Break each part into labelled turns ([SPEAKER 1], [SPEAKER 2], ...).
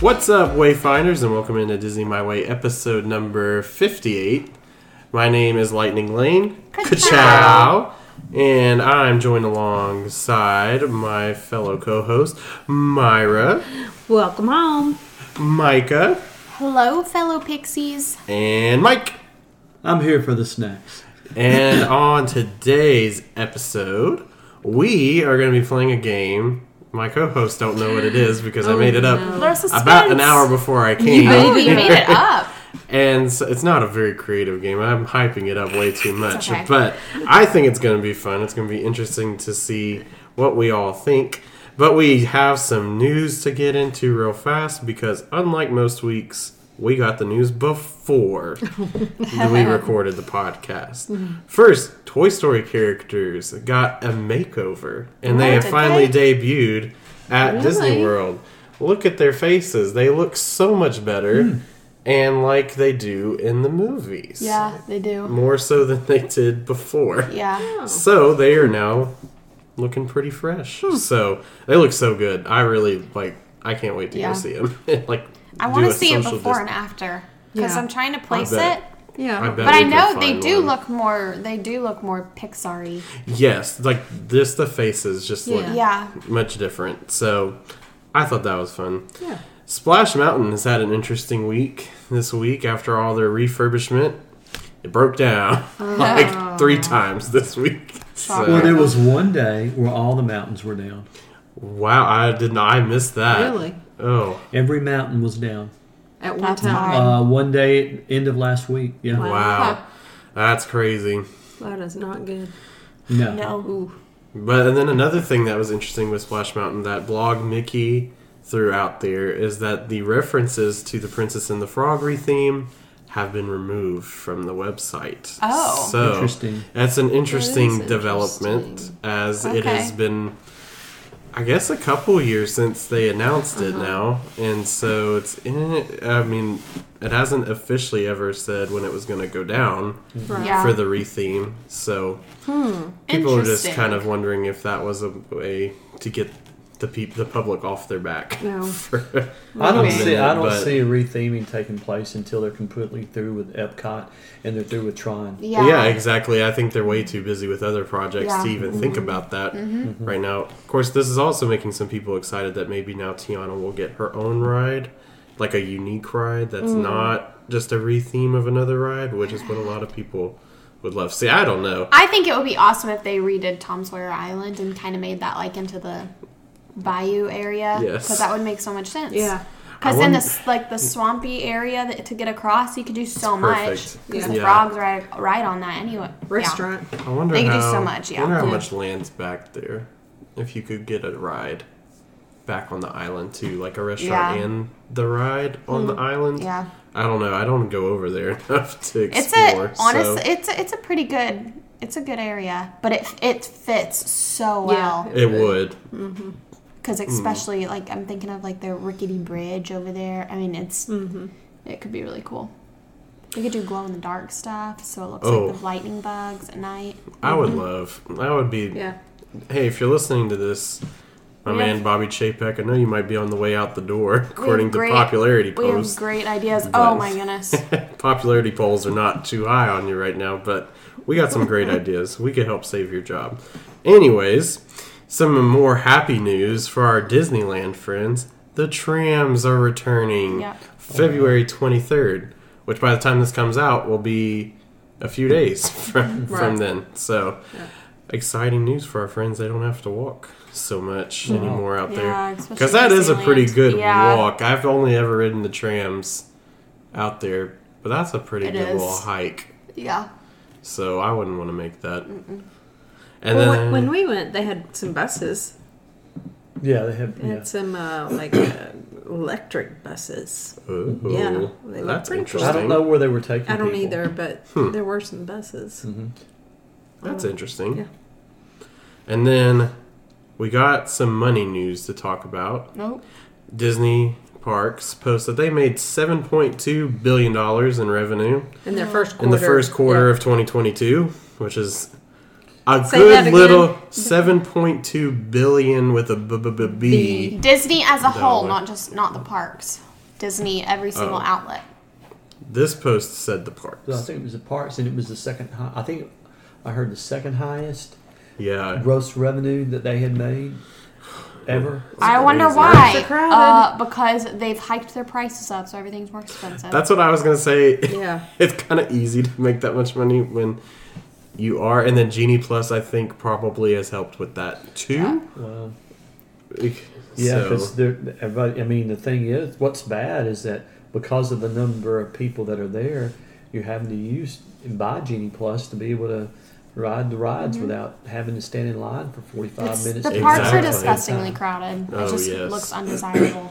[SPEAKER 1] What's up, Wayfinders, and welcome into Disney My Way episode number 58. My name is Lightning Lane.
[SPEAKER 2] Ka-chow.
[SPEAKER 1] Ka-chow. And I'm joined alongside my fellow co host, Myra,
[SPEAKER 2] Welcome home.
[SPEAKER 1] Micah,
[SPEAKER 2] Hello, fellow pixies.
[SPEAKER 1] and Mike.
[SPEAKER 3] I'm here for the snacks.
[SPEAKER 1] And on today's episode, we are going to be playing a game. My co-hosts don't know what it is because I made it up
[SPEAKER 2] no.
[SPEAKER 4] There's Oh, suspense.
[SPEAKER 1] about an hour before I came,
[SPEAKER 4] Oh, you made it up.
[SPEAKER 1] and so it's not a very creative game. I'm hyping it up way too much,
[SPEAKER 4] okay.
[SPEAKER 1] but I think it's going to be fun. It's going to be interesting to see what we all think. But we have some news to get into real fast because unlike most weeks, we got the news before we recorded the podcast. First, Toy Story characters got a makeover, and they
[SPEAKER 4] What?
[SPEAKER 1] have
[SPEAKER 4] Did
[SPEAKER 1] finally debuted at Disney
[SPEAKER 2] Really?
[SPEAKER 1] World. Look at their faces; they look so much better, and like they do in the movies.
[SPEAKER 4] Yeah, they do.
[SPEAKER 1] more so than they did before.
[SPEAKER 4] Yeah.
[SPEAKER 1] So they are now looking pretty fresh. So they look so good. I really like. I can't wait to
[SPEAKER 4] Yeah.
[SPEAKER 1] go see them. like,
[SPEAKER 2] I want
[SPEAKER 1] do
[SPEAKER 2] to
[SPEAKER 1] a
[SPEAKER 2] see it
[SPEAKER 1] social
[SPEAKER 2] before
[SPEAKER 1] distance.
[SPEAKER 2] and after because
[SPEAKER 4] Yeah.
[SPEAKER 2] I'm trying to place
[SPEAKER 1] bet.
[SPEAKER 2] it.
[SPEAKER 4] Yeah.
[SPEAKER 1] I bet
[SPEAKER 2] But
[SPEAKER 1] we
[SPEAKER 2] I
[SPEAKER 1] could
[SPEAKER 2] know they
[SPEAKER 1] find
[SPEAKER 2] do
[SPEAKER 1] one.
[SPEAKER 2] look more. They do look more Pixar-y.
[SPEAKER 1] Yes, like this, the faces just look
[SPEAKER 4] Yeah.
[SPEAKER 2] Yeah.
[SPEAKER 1] much different. So I thought that was fun.
[SPEAKER 3] Yeah.
[SPEAKER 1] Splash Mountain has had an interesting week this week after all their refurbishment. It broke down
[SPEAKER 3] Oh.
[SPEAKER 1] like three times this week. So,
[SPEAKER 3] Well, there was one day where all the mountains were down.
[SPEAKER 1] wow, I did not. I missed that.
[SPEAKER 5] Really?
[SPEAKER 1] Oh,
[SPEAKER 3] Every mountain was down.
[SPEAKER 5] At one
[SPEAKER 4] That's
[SPEAKER 5] time.
[SPEAKER 4] hard.
[SPEAKER 3] Uh, one day, at end of last week. Yeah.
[SPEAKER 1] wow,
[SPEAKER 5] Wow.
[SPEAKER 1] that's crazy.
[SPEAKER 5] That is not good.
[SPEAKER 3] No.
[SPEAKER 4] No.
[SPEAKER 5] Ooh.
[SPEAKER 1] But and then another thing that was interesting with Splash Mountain that blog Mickey threw out there is that the references to the Princess and the Frog theme have been removed from the website.
[SPEAKER 4] Oh.
[SPEAKER 1] so
[SPEAKER 3] Interesting.
[SPEAKER 1] That's an interesting
[SPEAKER 5] interesting.
[SPEAKER 1] development as it
[SPEAKER 2] Okay.
[SPEAKER 1] has been. I guess a couple years since they announced it now, and so it's in. I mean, it hasn't officially ever said when it was going to go down
[SPEAKER 5] Right.
[SPEAKER 2] Yeah.
[SPEAKER 1] for the retheme. So people are just
[SPEAKER 2] Interesting.
[SPEAKER 1] kind of wondering if that was a way to get the peop- the public off their back.
[SPEAKER 5] No.
[SPEAKER 1] for-
[SPEAKER 3] I don't
[SPEAKER 1] Maybe.
[SPEAKER 3] see. I don't
[SPEAKER 1] But-
[SPEAKER 3] see a retheming taking place until they're completely through with Epcot and they're through with Tron.
[SPEAKER 1] yeah.
[SPEAKER 2] Yeah.
[SPEAKER 1] exactly. I think they're way too busy with other projects to
[SPEAKER 2] Yeah. Mm-hmm.
[SPEAKER 1] even think about that right now. Of course, this is also making some people excited that maybe now Tiana will get her own ride, like a unique ride that's
[SPEAKER 2] Mm.
[SPEAKER 1] not just a retheme of another ride, which is what a lot of people would love. See, I don't know.
[SPEAKER 2] I think it would be awesome if they redid Tom Sawyer Island and kind of made that like into the bayou area.
[SPEAKER 1] Yes.
[SPEAKER 2] Because that would make so much sense.
[SPEAKER 5] Yeah.
[SPEAKER 2] Because
[SPEAKER 1] I
[SPEAKER 2] in
[SPEAKER 1] wouldn't-
[SPEAKER 2] this like the swampy area that, to get across, you could do so much.
[SPEAKER 1] perfect.
[SPEAKER 2] Because
[SPEAKER 5] Yeah.
[SPEAKER 2] the
[SPEAKER 1] Yeah.
[SPEAKER 2] frogs ride ride on that anyway. Yeah.
[SPEAKER 5] Restaurant.
[SPEAKER 1] I wonder
[SPEAKER 2] They could
[SPEAKER 1] how,
[SPEAKER 2] do so much, yeah.
[SPEAKER 1] wonder how
[SPEAKER 5] Yeah.
[SPEAKER 1] much land's back there. If you could get a ride back on the island too, like a restaurant
[SPEAKER 2] Yeah. Hmm.
[SPEAKER 1] and the ride on the island.
[SPEAKER 2] Yeah.
[SPEAKER 1] I don't know. I don't go over there enough to
[SPEAKER 2] It's
[SPEAKER 1] explore.
[SPEAKER 2] a
[SPEAKER 1] so-
[SPEAKER 2] honestly, it's a, it's a pretty good it's a good area, but it it fits so well
[SPEAKER 1] it would.
[SPEAKER 2] because
[SPEAKER 1] Mm.
[SPEAKER 2] especially like I'm thinking of like the rickety bridge over there. I mean, it's
[SPEAKER 5] Mm-hmm.
[SPEAKER 2] it could be really cool. We could do glow in the dark stuff, so it looks
[SPEAKER 1] Oh.
[SPEAKER 2] like the lightning bugs at night.
[SPEAKER 1] I
[SPEAKER 2] Mm-hmm.
[SPEAKER 1] would love. I would be.
[SPEAKER 5] Yeah.
[SPEAKER 1] Hey, if you're listening to this, my
[SPEAKER 2] We
[SPEAKER 1] man
[SPEAKER 2] have-
[SPEAKER 1] Bobby Chapek, I know you might be on the way out the door according to
[SPEAKER 2] great-
[SPEAKER 1] popularity
[SPEAKER 2] We have
[SPEAKER 1] polls.
[SPEAKER 2] great ideas.
[SPEAKER 1] But-
[SPEAKER 2] Oh my goodness!
[SPEAKER 1] popularity polls are not too high on you right now, but we got some great ideas. We could help save your job. Anyways, some more happy news for our Disneyland friends. The trams are returning
[SPEAKER 2] Yep.
[SPEAKER 1] February 23rd, which by the time this comes out will be a few days from, from
[SPEAKER 5] Right.
[SPEAKER 1] then. So, exciting news for our friends. They don't have to walk so much anymore out
[SPEAKER 2] Yeah,
[SPEAKER 1] there.
[SPEAKER 2] especially
[SPEAKER 1] Because that is a pretty
[SPEAKER 2] Disneyland.
[SPEAKER 1] good
[SPEAKER 2] Yeah.
[SPEAKER 1] walk. I've only ever ridden the trams out there, but that's a pretty
[SPEAKER 2] It
[SPEAKER 1] good
[SPEAKER 2] is.
[SPEAKER 1] little hike.
[SPEAKER 2] yeah,
[SPEAKER 1] So I wouldn't want to make that. And
[SPEAKER 5] Well,
[SPEAKER 1] then
[SPEAKER 5] when- when we went, they had some buses.
[SPEAKER 3] Yeah, they have.
[SPEAKER 5] They
[SPEAKER 3] Yeah.
[SPEAKER 5] had some uh, like uh, electric buses.
[SPEAKER 1] Ooh,
[SPEAKER 5] Yeah, they look
[SPEAKER 1] that's
[SPEAKER 5] pretty cool.
[SPEAKER 1] interesting.
[SPEAKER 3] I don't know where they were taking.
[SPEAKER 5] I don't
[SPEAKER 3] people. Mm-hmm.
[SPEAKER 5] either, but
[SPEAKER 1] Hmm.
[SPEAKER 5] there were some buses.
[SPEAKER 1] That's interesting.
[SPEAKER 5] Yeah.
[SPEAKER 1] And then we got some money news to talk about.
[SPEAKER 2] nope.
[SPEAKER 1] Disney Parks post that they made seven point two billion dollars in revenue
[SPEAKER 5] In their first quarter.
[SPEAKER 1] in the first quarter of 2022, which is a
[SPEAKER 5] Say that
[SPEAKER 1] good
[SPEAKER 5] again.
[SPEAKER 1] little 7.2 billion with a b b b b.
[SPEAKER 5] B.
[SPEAKER 2] Disney as a whole,
[SPEAKER 1] Dollar.
[SPEAKER 2] not just not the parks. Disney, every single
[SPEAKER 1] Oh.
[SPEAKER 2] outlet.
[SPEAKER 1] This post said the
[SPEAKER 3] So I
[SPEAKER 1] parks.
[SPEAKER 3] think it was the parks, and it was the second high. I think I heard the second highest
[SPEAKER 1] Yeah.
[SPEAKER 3] gross revenue that they had made ever.
[SPEAKER 2] I wonder
[SPEAKER 1] crazy.
[SPEAKER 2] why.
[SPEAKER 5] It's crowded.
[SPEAKER 2] Uh, because they've hiked their prices up, so everything's more expensive.
[SPEAKER 1] That's what I was going to say.
[SPEAKER 5] Yeah.
[SPEAKER 1] it's kind of easy to make that much money when you are. And then Genie Plus, I think, probably has helped with that too.
[SPEAKER 3] Well,
[SPEAKER 1] Like,
[SPEAKER 3] yeah,
[SPEAKER 1] so-
[SPEAKER 3] because everybody. I mean, the thing is, what's bad is that because of the number of people that are there, you're having to use and buy Genie Plus to be able to ride the rides without having to stand in line for 45
[SPEAKER 2] Mm-hmm. It's-
[SPEAKER 3] minutes.
[SPEAKER 2] the
[SPEAKER 3] each
[SPEAKER 2] parks
[SPEAKER 1] Exactly.
[SPEAKER 2] are
[SPEAKER 3] time.
[SPEAKER 2] disgustingly crowded.
[SPEAKER 1] Oh,
[SPEAKER 2] it just
[SPEAKER 1] yes.
[SPEAKER 2] looks undesirable.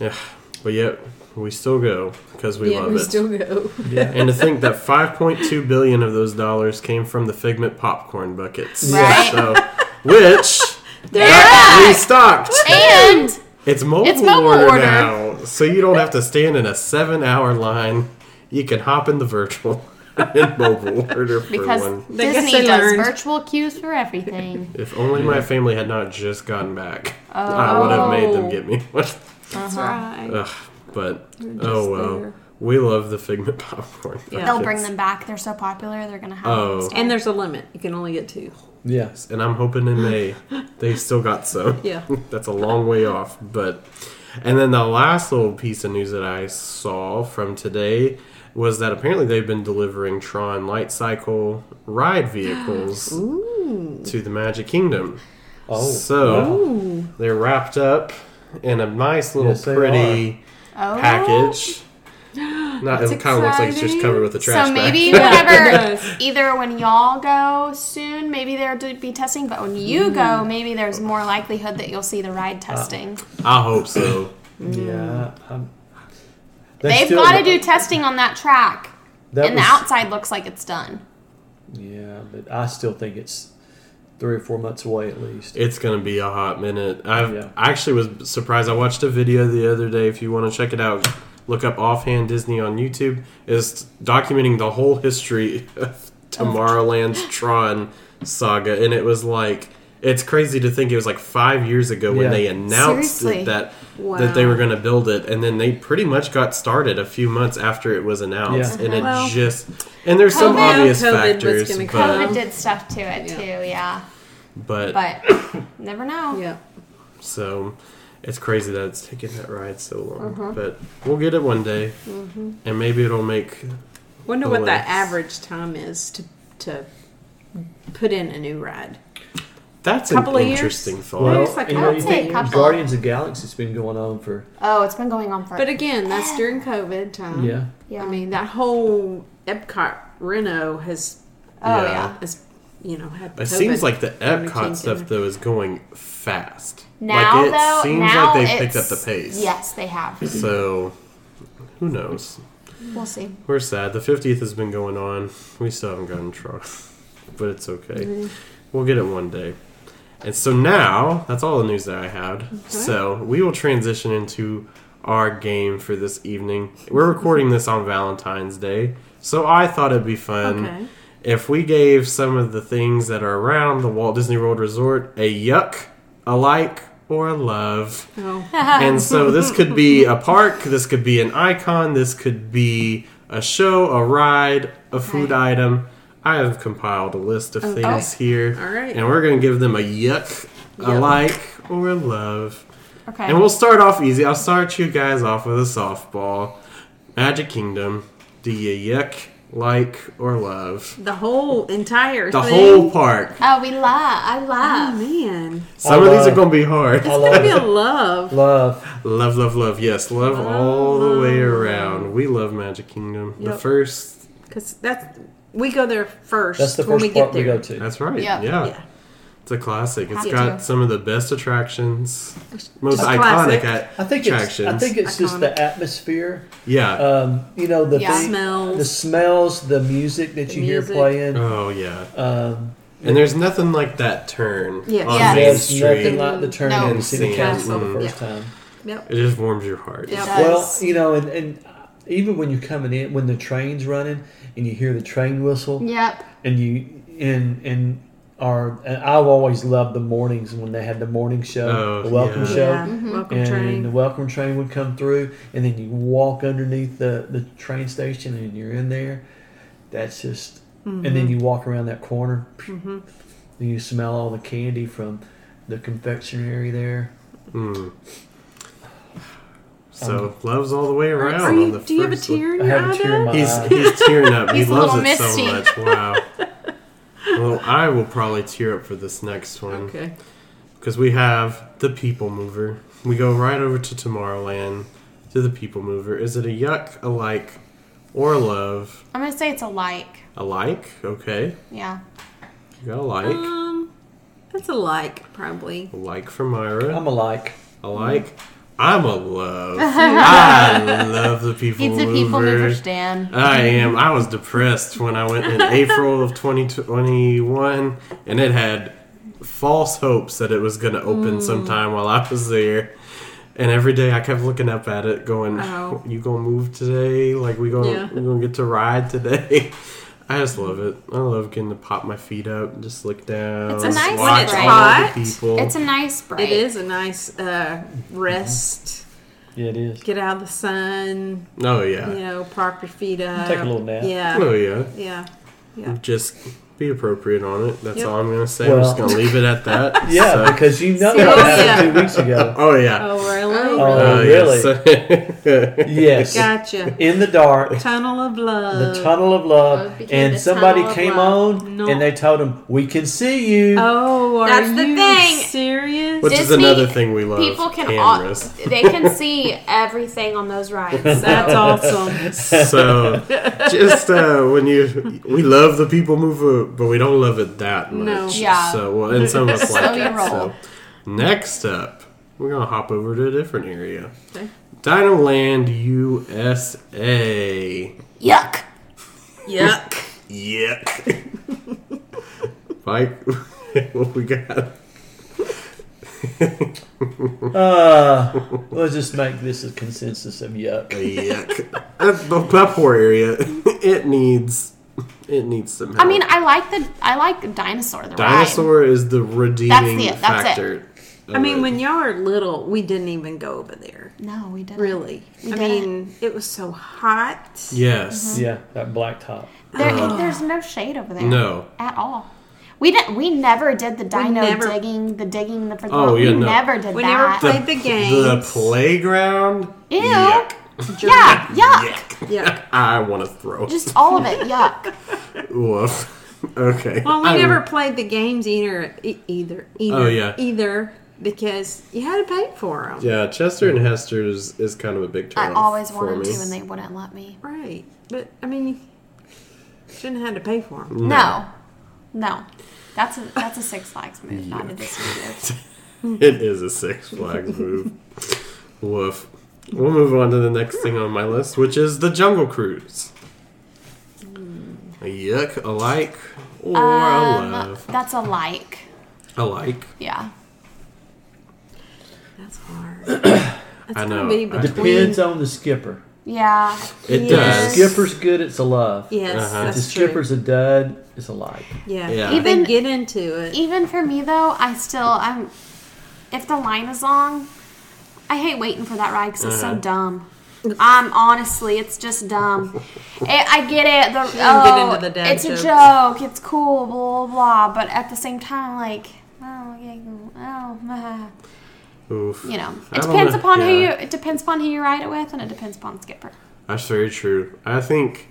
[SPEAKER 1] yeah. But yet, we still go because we
[SPEAKER 5] yeah,
[SPEAKER 1] love
[SPEAKER 5] we
[SPEAKER 1] it.
[SPEAKER 5] still go.
[SPEAKER 3] Yeah.
[SPEAKER 1] and to think that 5.2 billion of those dollars came from the Figment popcorn buckets.
[SPEAKER 2] Right.
[SPEAKER 1] So, which
[SPEAKER 5] They're
[SPEAKER 1] got restocked.
[SPEAKER 2] and
[SPEAKER 1] It's mobile,
[SPEAKER 2] It's mobile
[SPEAKER 1] order,
[SPEAKER 2] order.
[SPEAKER 1] now, so you don't have to stand in a seven-hour line. You can hop in the virtual and mobile order for
[SPEAKER 2] because
[SPEAKER 1] one.
[SPEAKER 5] They guess
[SPEAKER 2] Disney
[SPEAKER 5] they
[SPEAKER 2] does
[SPEAKER 5] learned.
[SPEAKER 2] virtual queues for everything.
[SPEAKER 1] If only my family had not just gotten back, I would have made them get me one.
[SPEAKER 5] That's
[SPEAKER 2] Uh-huh.
[SPEAKER 5] right.
[SPEAKER 1] Ugh, but
[SPEAKER 5] They're just
[SPEAKER 1] oh well,
[SPEAKER 5] there.
[SPEAKER 1] we love the Figment popcorn.
[SPEAKER 5] Yeah.
[SPEAKER 2] They'll
[SPEAKER 1] buckets.
[SPEAKER 2] bring them back. They're so popular. They're gonna have.
[SPEAKER 1] Oh.
[SPEAKER 2] Them
[SPEAKER 5] And there's a limit. You can only get two.
[SPEAKER 3] Yeah.
[SPEAKER 1] and I'm hoping in May they still got some.
[SPEAKER 5] Yeah.
[SPEAKER 1] That's a long way off, but and then the last little piece of news that I saw from today was that apparently they've been delivering Tron Light Cycle ride vehicles to the Magic Kingdom.
[SPEAKER 3] Oh.
[SPEAKER 1] so they're wrapped up in a nice little
[SPEAKER 3] Yes, they
[SPEAKER 1] pretty
[SPEAKER 2] Oh.
[SPEAKER 1] package. Not, it kind of looks like it's just covered with a trash
[SPEAKER 2] So
[SPEAKER 1] bag.
[SPEAKER 2] maybe
[SPEAKER 5] Yeah, it
[SPEAKER 2] whenever,
[SPEAKER 5] does.
[SPEAKER 2] either when y'all go soon, maybe there'll be testing. But when you
[SPEAKER 1] Mm.
[SPEAKER 2] go, maybe there's more likelihood that you'll see the ride
[SPEAKER 1] Uh,
[SPEAKER 2] testing.
[SPEAKER 1] I hope so.
[SPEAKER 3] Yeah. I'm- they're
[SPEAKER 2] Mm. They've
[SPEAKER 3] still-
[SPEAKER 2] got to do testing on that track,
[SPEAKER 3] that
[SPEAKER 2] and
[SPEAKER 3] was-
[SPEAKER 2] the outside looks like it's done.
[SPEAKER 3] Yeah, but I still think it's three or four months away at least.
[SPEAKER 1] It's gonna be a hot minute. I've,
[SPEAKER 3] Yeah.
[SPEAKER 1] I actually was surprised. I watched a video the other day. If you want to check it out, look up offhand Disney on YouTube. Is documenting the whole history of Tomorrowland's Tron saga, and it was like it's crazy to think it was like five years ago when
[SPEAKER 3] Yeah.
[SPEAKER 1] they announced
[SPEAKER 2] Seriously.
[SPEAKER 1] it, that
[SPEAKER 5] Wow.
[SPEAKER 1] that they were gonna build it, and then they pretty much got started a few months after it was announced,
[SPEAKER 3] Yeah.
[SPEAKER 1] and it
[SPEAKER 5] Well,
[SPEAKER 1] just and there's some
[SPEAKER 5] COVID-
[SPEAKER 1] obvious
[SPEAKER 5] COVID was
[SPEAKER 1] factors,
[SPEAKER 5] gonna
[SPEAKER 1] but,
[SPEAKER 5] come.
[SPEAKER 2] COVID did stuff to it too, yeah.
[SPEAKER 1] but
[SPEAKER 2] But never know.
[SPEAKER 5] Yeah.
[SPEAKER 1] So it's crazy that it's taking that ride so long.
[SPEAKER 2] Mm-hmm.
[SPEAKER 1] But we'll get it one day, and maybe it'll make.
[SPEAKER 5] Wonder what
[SPEAKER 1] Bullets.
[SPEAKER 5] the average time is to to put in a new ride.
[SPEAKER 1] That's
[SPEAKER 5] Couple
[SPEAKER 1] an
[SPEAKER 5] of years?
[SPEAKER 1] interesting thought.
[SPEAKER 5] Well, There's like
[SPEAKER 3] you know,
[SPEAKER 5] I'd
[SPEAKER 3] you
[SPEAKER 5] say
[SPEAKER 3] think
[SPEAKER 5] a
[SPEAKER 2] couple.
[SPEAKER 3] Guardians of the Galaxy's been going on for
[SPEAKER 2] Oh, it's been going on for.
[SPEAKER 5] But again, that's during COVID time.
[SPEAKER 3] yeah.
[SPEAKER 2] yeah.
[SPEAKER 5] I mean, that wole Epcot reno has
[SPEAKER 2] oh
[SPEAKER 1] yeah.
[SPEAKER 2] yeah.
[SPEAKER 5] has you know had.
[SPEAKER 1] it seems
[SPEAKER 5] COVID
[SPEAKER 1] like the
[SPEAKER 5] and everything
[SPEAKER 1] Epcot stuff
[SPEAKER 5] in
[SPEAKER 1] though is going fast.
[SPEAKER 2] Now
[SPEAKER 1] like it
[SPEAKER 2] though,
[SPEAKER 1] seems like
[SPEAKER 2] now
[SPEAKER 1] they've picked up
[SPEAKER 2] it's-
[SPEAKER 1] the pace.
[SPEAKER 2] Yes, they have.
[SPEAKER 1] So who knows?
[SPEAKER 2] We'll see.
[SPEAKER 1] We're sad. The 50th has been going on. We still haven't gotten Tron, but it's okay. We'll get it one day. And so now, that's all the news that I had. So we will transition into our game for this evening. We're recording this on Valentine's Day, so I thought it'd be
[SPEAKER 3] um,
[SPEAKER 1] fun
[SPEAKER 5] Okay.
[SPEAKER 1] if we gave some of the things that are around the Walt Disney World Resort a yuck, a like, or a love
[SPEAKER 5] Oh,
[SPEAKER 1] and so this could be a park, this could be an icon, this could be a show, a ride, a food item. I have compiled a list of things here.
[SPEAKER 5] Oh, All right.
[SPEAKER 1] And we're going to give them a yuck, a
[SPEAKER 5] Yuck.
[SPEAKER 1] like, or a love.
[SPEAKER 2] Okay.
[SPEAKER 1] And we'll start off easy. I'll start you guys off with a softball. Magic Kingdom. Do you yuck, like, or love?
[SPEAKER 5] the whole entire
[SPEAKER 1] The
[SPEAKER 5] thing.
[SPEAKER 1] whole park.
[SPEAKER 2] oh, we love. I
[SPEAKER 5] Oh
[SPEAKER 2] love.
[SPEAKER 5] man,
[SPEAKER 1] Some of these are
[SPEAKER 3] love-
[SPEAKER 1] going to be hard.
[SPEAKER 3] I
[SPEAKER 5] it's gonna be a
[SPEAKER 3] love
[SPEAKER 5] love.
[SPEAKER 1] Love,
[SPEAKER 3] love.
[SPEAKER 1] love, love. Yes, love all the way around. We love Magic Kingdom. The
[SPEAKER 5] Yep.
[SPEAKER 1] first.
[SPEAKER 5] Because that's we go there first.
[SPEAKER 3] That's the
[SPEAKER 5] when
[SPEAKER 3] first
[SPEAKER 5] we get
[SPEAKER 3] part we
[SPEAKER 5] there.
[SPEAKER 3] go to.
[SPEAKER 1] That's right.
[SPEAKER 2] Yep.
[SPEAKER 1] Yeah.
[SPEAKER 5] Yeah,
[SPEAKER 1] It's a classic. It's
[SPEAKER 2] Have
[SPEAKER 1] got
[SPEAKER 2] to.
[SPEAKER 1] some of the best attractions, most
[SPEAKER 5] a
[SPEAKER 1] iconic
[SPEAKER 5] classic.
[SPEAKER 1] at
[SPEAKER 3] I think it's
[SPEAKER 1] attractions.
[SPEAKER 3] I think it's just the atmosphere.
[SPEAKER 1] yeah.
[SPEAKER 3] Um, you know the
[SPEAKER 2] Yeah.
[SPEAKER 3] thing-
[SPEAKER 5] Smells.
[SPEAKER 3] the smells, the music that
[SPEAKER 5] The
[SPEAKER 3] you
[SPEAKER 5] music.
[SPEAKER 3] hear playing.
[SPEAKER 1] oh yeah.
[SPEAKER 3] Um,
[SPEAKER 1] And there's nothing like that turn
[SPEAKER 5] Yes.
[SPEAKER 1] on
[SPEAKER 2] Yes.
[SPEAKER 1] Main
[SPEAKER 3] there's nothing
[SPEAKER 1] Street.
[SPEAKER 3] like the turn
[SPEAKER 2] No.
[SPEAKER 3] in to see the
[SPEAKER 1] Sand.
[SPEAKER 3] castle for the
[SPEAKER 1] Mm.
[SPEAKER 3] first time.
[SPEAKER 5] yep.
[SPEAKER 1] it just warms your heart.
[SPEAKER 5] Yep.
[SPEAKER 2] Does.
[SPEAKER 3] Well, you know, and, and even when you're coming in, when the train's running, and you hear the train whistle,
[SPEAKER 2] Yep.
[SPEAKER 3] and you and and are and I've always loved the mornings when they had the morning show,
[SPEAKER 1] Oh,
[SPEAKER 3] the welcome
[SPEAKER 1] yeah.
[SPEAKER 3] show.
[SPEAKER 5] Mm-hmm. Welcome
[SPEAKER 3] and the
[SPEAKER 5] train.
[SPEAKER 3] welcome train would come through, and then you walk underneath the, the train station, and you're in there. That's just, and
[SPEAKER 5] Mm-hmm.
[SPEAKER 3] then you walk around that corner, and you smell all the candy from the confectionery there.
[SPEAKER 1] Mm. So
[SPEAKER 3] Um,
[SPEAKER 1] loves all the way around.
[SPEAKER 5] Are
[SPEAKER 1] on the
[SPEAKER 5] you, do you have a
[SPEAKER 1] first one.
[SPEAKER 5] tear Uh, in
[SPEAKER 3] I
[SPEAKER 5] your
[SPEAKER 3] have
[SPEAKER 5] eye?
[SPEAKER 3] a tear in
[SPEAKER 5] Dad?
[SPEAKER 3] my
[SPEAKER 1] He's
[SPEAKER 3] eye.
[SPEAKER 1] he's tearing up.
[SPEAKER 2] He's
[SPEAKER 1] he
[SPEAKER 2] a little
[SPEAKER 1] loves it
[SPEAKER 2] misty.
[SPEAKER 1] so much. Wow. Well, I will probably tear up for this next one
[SPEAKER 5] Okay.
[SPEAKER 1] because we have the People Mover. We go right over to Tomorrowland to the People Mover. Is it a yuck, a like, or a love?
[SPEAKER 2] I'm gonna say it's a like.
[SPEAKER 1] A like, okay.
[SPEAKER 2] Yeah.
[SPEAKER 1] You got a like.
[SPEAKER 5] Um, that's a like probably.
[SPEAKER 1] a like for Myra.
[SPEAKER 3] I'm a like.
[SPEAKER 1] A like. I'm a love. I love the People
[SPEAKER 2] He's a
[SPEAKER 1] Mover.
[SPEAKER 2] people mover stand.
[SPEAKER 1] I am. I was depressed when I went in April of 2021, and it had false hopes that it was going to open
[SPEAKER 5] Mm.
[SPEAKER 1] sometime while I was there. And every day I kept looking up at it, going,
[SPEAKER 5] Oh.
[SPEAKER 1] "You gonna move today? Like we gonna
[SPEAKER 5] Yeah.
[SPEAKER 1] we gonna get to ride today?" I just love it. I love getting to pop my feet up, and just look down,
[SPEAKER 5] It's
[SPEAKER 2] a nice
[SPEAKER 1] watch
[SPEAKER 2] break.
[SPEAKER 1] all
[SPEAKER 5] Hot.
[SPEAKER 1] the people.
[SPEAKER 2] It's a nice break.
[SPEAKER 5] It is a nice uh, rest.
[SPEAKER 3] Yeah, it is.
[SPEAKER 5] Get out of the sun.
[SPEAKER 1] oh yeah.
[SPEAKER 5] You know, prop your feet up.
[SPEAKER 3] Take a little nap.
[SPEAKER 5] Yeah.
[SPEAKER 1] oh yeah.
[SPEAKER 5] Yeah. Yeah.
[SPEAKER 1] Just be appropriate on it. That's
[SPEAKER 5] Yep.
[SPEAKER 1] all I'm gonna say. I'm
[SPEAKER 3] Well-
[SPEAKER 1] just gonna leave it at that.
[SPEAKER 3] Yeah,
[SPEAKER 1] So-
[SPEAKER 3] because you know
[SPEAKER 5] See, oh,
[SPEAKER 3] that
[SPEAKER 5] yeah.
[SPEAKER 3] happened two weeks ago.
[SPEAKER 1] Oh yeah.
[SPEAKER 5] Oh, really?
[SPEAKER 3] Oh.
[SPEAKER 1] Uh, yes.
[SPEAKER 3] Yes,
[SPEAKER 5] Gotcha. Uh,
[SPEAKER 3] in the dark,
[SPEAKER 5] Tunnel of love.
[SPEAKER 3] the tunnel of
[SPEAKER 2] Oh, it
[SPEAKER 3] love,
[SPEAKER 2] became
[SPEAKER 3] and
[SPEAKER 2] the
[SPEAKER 3] somebody
[SPEAKER 5] tunnel of
[SPEAKER 3] came
[SPEAKER 5] love.
[SPEAKER 3] on
[SPEAKER 5] No.
[SPEAKER 3] and they told him, "We can see you."
[SPEAKER 5] Oh, are
[SPEAKER 2] That's the
[SPEAKER 5] you
[SPEAKER 2] thing.
[SPEAKER 5] serious?
[SPEAKER 1] Which is
[SPEAKER 2] Disney
[SPEAKER 1] another thing we love.
[SPEAKER 2] People can all,
[SPEAKER 1] cameras.
[SPEAKER 2] they can see everything on those rides.
[SPEAKER 5] That's
[SPEAKER 2] so-
[SPEAKER 5] awesome.
[SPEAKER 1] so just uh, when you we love the people mover, but we don't love it that much.
[SPEAKER 5] No.
[SPEAKER 2] Yeah.
[SPEAKER 1] So well, and some of us like
[SPEAKER 2] we
[SPEAKER 1] it.
[SPEAKER 2] roll.
[SPEAKER 1] So next up, we're gonna hop over to a different area.
[SPEAKER 5] Okay.
[SPEAKER 1] Dino Land USA.
[SPEAKER 2] Yuck.
[SPEAKER 5] Yuck.
[SPEAKER 1] Yuck. Mike, what we got?
[SPEAKER 3] Uh, let's just make this a consensus of yuck.
[SPEAKER 1] Yuck. That's the that poor area. It needs. It needs some. Help.
[SPEAKER 2] I mean, I like the I like dinosaur the ride.
[SPEAKER 1] Dinosaur is the redeeming
[SPEAKER 2] That's it, that's it.
[SPEAKER 1] factor.
[SPEAKER 5] I mean, when y'all were little, we didn't even go over there.
[SPEAKER 2] No, we didn't.
[SPEAKER 5] Really. I mean, it was so hot.
[SPEAKER 1] yes,
[SPEAKER 3] Yeah, that black top.
[SPEAKER 2] There, there's no shade over there.
[SPEAKER 1] no,
[SPEAKER 2] At all. We didn't. We never did the dino
[SPEAKER 5] never-
[SPEAKER 2] digging, the digging, the for
[SPEAKER 1] Oh, yeah,
[SPEAKER 2] We
[SPEAKER 1] no.
[SPEAKER 2] never did
[SPEAKER 5] We never
[SPEAKER 2] that.
[SPEAKER 5] played the game.
[SPEAKER 1] the playground.
[SPEAKER 2] Ew.
[SPEAKER 1] Yuck.
[SPEAKER 2] yeah, yuck.
[SPEAKER 1] Yuck.
[SPEAKER 5] Yuck.
[SPEAKER 1] I want to throw.
[SPEAKER 2] Just all of it. Yuck.
[SPEAKER 1] Woof. Okay.
[SPEAKER 5] Well, we
[SPEAKER 1] I-
[SPEAKER 5] never played the games either, e- either, either,
[SPEAKER 1] Oh, yeah.
[SPEAKER 5] either, because you had to pay for them.
[SPEAKER 1] Yeah, Chester and Hester is, is kind of a big turn.
[SPEAKER 2] I always
[SPEAKER 1] for
[SPEAKER 2] wanted
[SPEAKER 1] me.
[SPEAKER 2] to, and they wouldn't let me.
[SPEAKER 5] Right, but I mean, you shouldn't have had to pay for them.
[SPEAKER 2] No, no. That's a that's a Six Flags move, not a Disney move.
[SPEAKER 1] it is a Six Flags move. Woof. We'll move on to the next thing on my list, which is the Jungle Cruise. A yuck, a like, or a
[SPEAKER 2] Mm. Um,
[SPEAKER 1] love.
[SPEAKER 2] that's a like.
[SPEAKER 1] A like.
[SPEAKER 2] Yeah.
[SPEAKER 5] That's hard. That's
[SPEAKER 1] I know.
[SPEAKER 5] gonna be
[SPEAKER 1] I-
[SPEAKER 5] between.
[SPEAKER 3] Depends on the skipper.
[SPEAKER 2] Yeah.
[SPEAKER 1] It
[SPEAKER 5] Yes.
[SPEAKER 1] does.
[SPEAKER 3] Skipper's good, it's a love.
[SPEAKER 5] Yes,
[SPEAKER 1] Uh-huh.
[SPEAKER 3] If the
[SPEAKER 5] that's true.
[SPEAKER 3] skipper's a dud, it's a like.
[SPEAKER 5] Yeah,
[SPEAKER 1] Yeah.
[SPEAKER 5] even
[SPEAKER 2] Even-
[SPEAKER 5] get into it.
[SPEAKER 2] Even for me though, I still I'm. If the line is long, I hate waiting for that ride because it's
[SPEAKER 1] Uh-huh.
[SPEAKER 2] so dumb. I'm honestly, it's just dumb. I I get it. The,
[SPEAKER 5] didn't get
[SPEAKER 2] oh,
[SPEAKER 5] into the dad
[SPEAKER 2] it's
[SPEAKER 5] jokes.
[SPEAKER 2] a joke. It's cool. Blah blah. blah. But at the same time, like, oh, yeah, oh, ah.
[SPEAKER 1] Oof.
[SPEAKER 2] you know,
[SPEAKER 1] I
[SPEAKER 2] it
[SPEAKER 1] don't
[SPEAKER 2] depends
[SPEAKER 1] know.
[SPEAKER 2] upon who
[SPEAKER 1] Yeah.
[SPEAKER 2] you. It depends upon who you ride it with, and it depends upon skipper.
[SPEAKER 1] That's very true. I think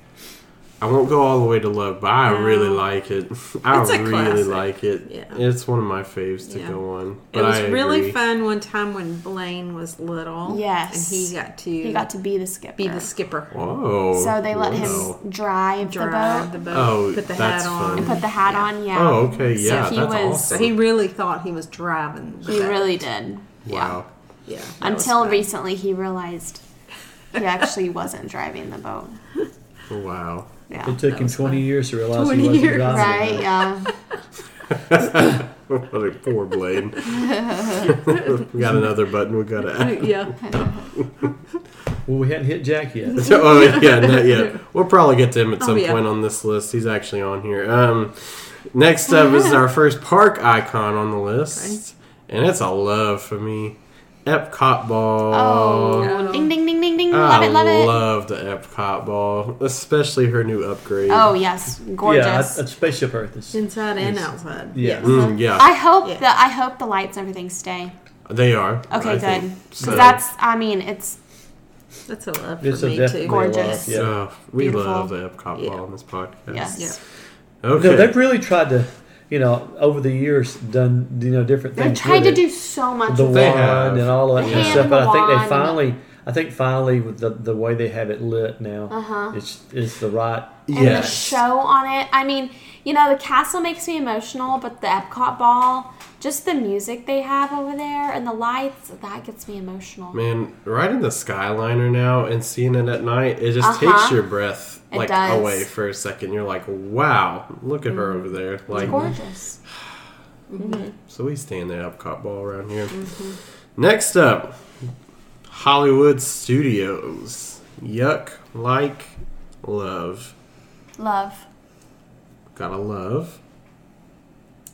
[SPEAKER 1] I won't go all the way to love, but I
[SPEAKER 5] No.
[SPEAKER 1] really like it. I
[SPEAKER 5] It's a
[SPEAKER 1] really
[SPEAKER 5] classic.
[SPEAKER 1] like it.
[SPEAKER 5] Yeah.
[SPEAKER 1] It's one of my faves to
[SPEAKER 5] Yeah.
[SPEAKER 1] go on.
[SPEAKER 5] It
[SPEAKER 1] But
[SPEAKER 5] was
[SPEAKER 1] I
[SPEAKER 5] really
[SPEAKER 1] agree.
[SPEAKER 5] fun one time when Blaine was little.
[SPEAKER 2] Yes.
[SPEAKER 5] and he got to
[SPEAKER 2] You got to be the skipper.
[SPEAKER 5] be the skipper,
[SPEAKER 1] Whoa.
[SPEAKER 2] so they let
[SPEAKER 1] Wow.
[SPEAKER 2] him drive,
[SPEAKER 5] drive
[SPEAKER 2] the boat,
[SPEAKER 5] the boat,
[SPEAKER 1] Oh,
[SPEAKER 5] put the
[SPEAKER 1] that's
[SPEAKER 5] hat on,
[SPEAKER 1] fun.
[SPEAKER 2] and put the hat on. Yeah.
[SPEAKER 1] Oh, okay. Yeah,
[SPEAKER 2] he
[SPEAKER 1] that's
[SPEAKER 2] was-
[SPEAKER 5] So
[SPEAKER 1] awesome.
[SPEAKER 5] he really thought he was driving. the
[SPEAKER 2] He
[SPEAKER 5] boat.
[SPEAKER 2] really did. Yeah.
[SPEAKER 1] wow.
[SPEAKER 5] yeah. that was
[SPEAKER 2] Until
[SPEAKER 5] fun.
[SPEAKER 2] recently, he realized he actually wasn't driving the boat.
[SPEAKER 1] Wow.
[SPEAKER 2] Yeah.
[SPEAKER 3] It took him 20 years to realize
[SPEAKER 5] 20
[SPEAKER 3] he wasn't
[SPEAKER 5] years.
[SPEAKER 3] driving.
[SPEAKER 2] Right. Yeah.
[SPEAKER 1] What a poor blade. we got another button we gotta add.
[SPEAKER 5] yeah,
[SPEAKER 3] Well, we hadn't hit Jack yet.
[SPEAKER 1] oh yeah, not yet. We'll probably get to him at
[SPEAKER 5] Oh,
[SPEAKER 1] some
[SPEAKER 5] yeah.
[SPEAKER 1] point on this list. He's actually on here. Um Next up is our first park icon on the list, and it's a love for me. Epcot ball.
[SPEAKER 2] Oh,
[SPEAKER 5] no.
[SPEAKER 2] ding ding ding ding ding! Love
[SPEAKER 1] I
[SPEAKER 2] it, love it.
[SPEAKER 1] love the Epcot ball, especially her new upgrade.
[SPEAKER 2] Oh yes, gorgeous.
[SPEAKER 3] Yeah, I- I- Spaceship Earth is.
[SPEAKER 5] Inside and
[SPEAKER 3] Yes.
[SPEAKER 5] outside.
[SPEAKER 3] Yeah.
[SPEAKER 1] Mm, yeah,
[SPEAKER 2] I hope
[SPEAKER 5] Yeah.
[SPEAKER 2] that I hope the lights and everything stay.
[SPEAKER 1] they are.
[SPEAKER 2] Okay,
[SPEAKER 1] I
[SPEAKER 2] good.
[SPEAKER 1] think.
[SPEAKER 2] Because
[SPEAKER 1] So,
[SPEAKER 2] that's I mean it's
[SPEAKER 5] That's a love for
[SPEAKER 3] It's a
[SPEAKER 5] me
[SPEAKER 3] definitely
[SPEAKER 5] too.
[SPEAKER 2] Gorgeous.
[SPEAKER 3] love. Yeah.
[SPEAKER 1] uh, we
[SPEAKER 2] Beautiful.
[SPEAKER 1] love the Epcot
[SPEAKER 5] Yeah.
[SPEAKER 1] ball on this podcast.
[SPEAKER 2] yes.
[SPEAKER 5] Yeah.
[SPEAKER 1] Okay.
[SPEAKER 3] No, they've really tried to, you know, over the years done you know different
[SPEAKER 2] They
[SPEAKER 3] things.
[SPEAKER 2] tried
[SPEAKER 3] with
[SPEAKER 2] to
[SPEAKER 3] it.
[SPEAKER 2] do so much.
[SPEAKER 3] the
[SPEAKER 2] with
[SPEAKER 1] They
[SPEAKER 2] it.
[SPEAKER 3] wand
[SPEAKER 1] have.
[SPEAKER 3] and all of that
[SPEAKER 2] The
[SPEAKER 3] kind of
[SPEAKER 2] hand
[SPEAKER 3] stuff.
[SPEAKER 2] and
[SPEAKER 3] But
[SPEAKER 2] the
[SPEAKER 3] I think they
[SPEAKER 2] wand.
[SPEAKER 3] finally, I think finally with the the way they have it lit now,
[SPEAKER 2] Uh-huh.
[SPEAKER 3] it's it's the right.
[SPEAKER 2] and the
[SPEAKER 1] Yes.
[SPEAKER 2] show on it. I mean, you know, the castle makes me emotional, but the Epcot ball, just the music they have over there and the lights, that gets me emotional.
[SPEAKER 1] Man, riding the Skyliner now and seeing it at night, it just
[SPEAKER 2] Uh-huh.
[SPEAKER 1] takes your breath
[SPEAKER 2] It
[SPEAKER 1] like
[SPEAKER 2] does. Mm.
[SPEAKER 1] away for a second. You're like, wow, look at her over there. Like,
[SPEAKER 2] It's gorgeous.
[SPEAKER 1] so we stay in the Epcot ball around here.
[SPEAKER 2] Mm-hmm.
[SPEAKER 1] Next up, Hollywood Studios. Yuck, like, love.
[SPEAKER 2] Love.
[SPEAKER 1] Gotta love.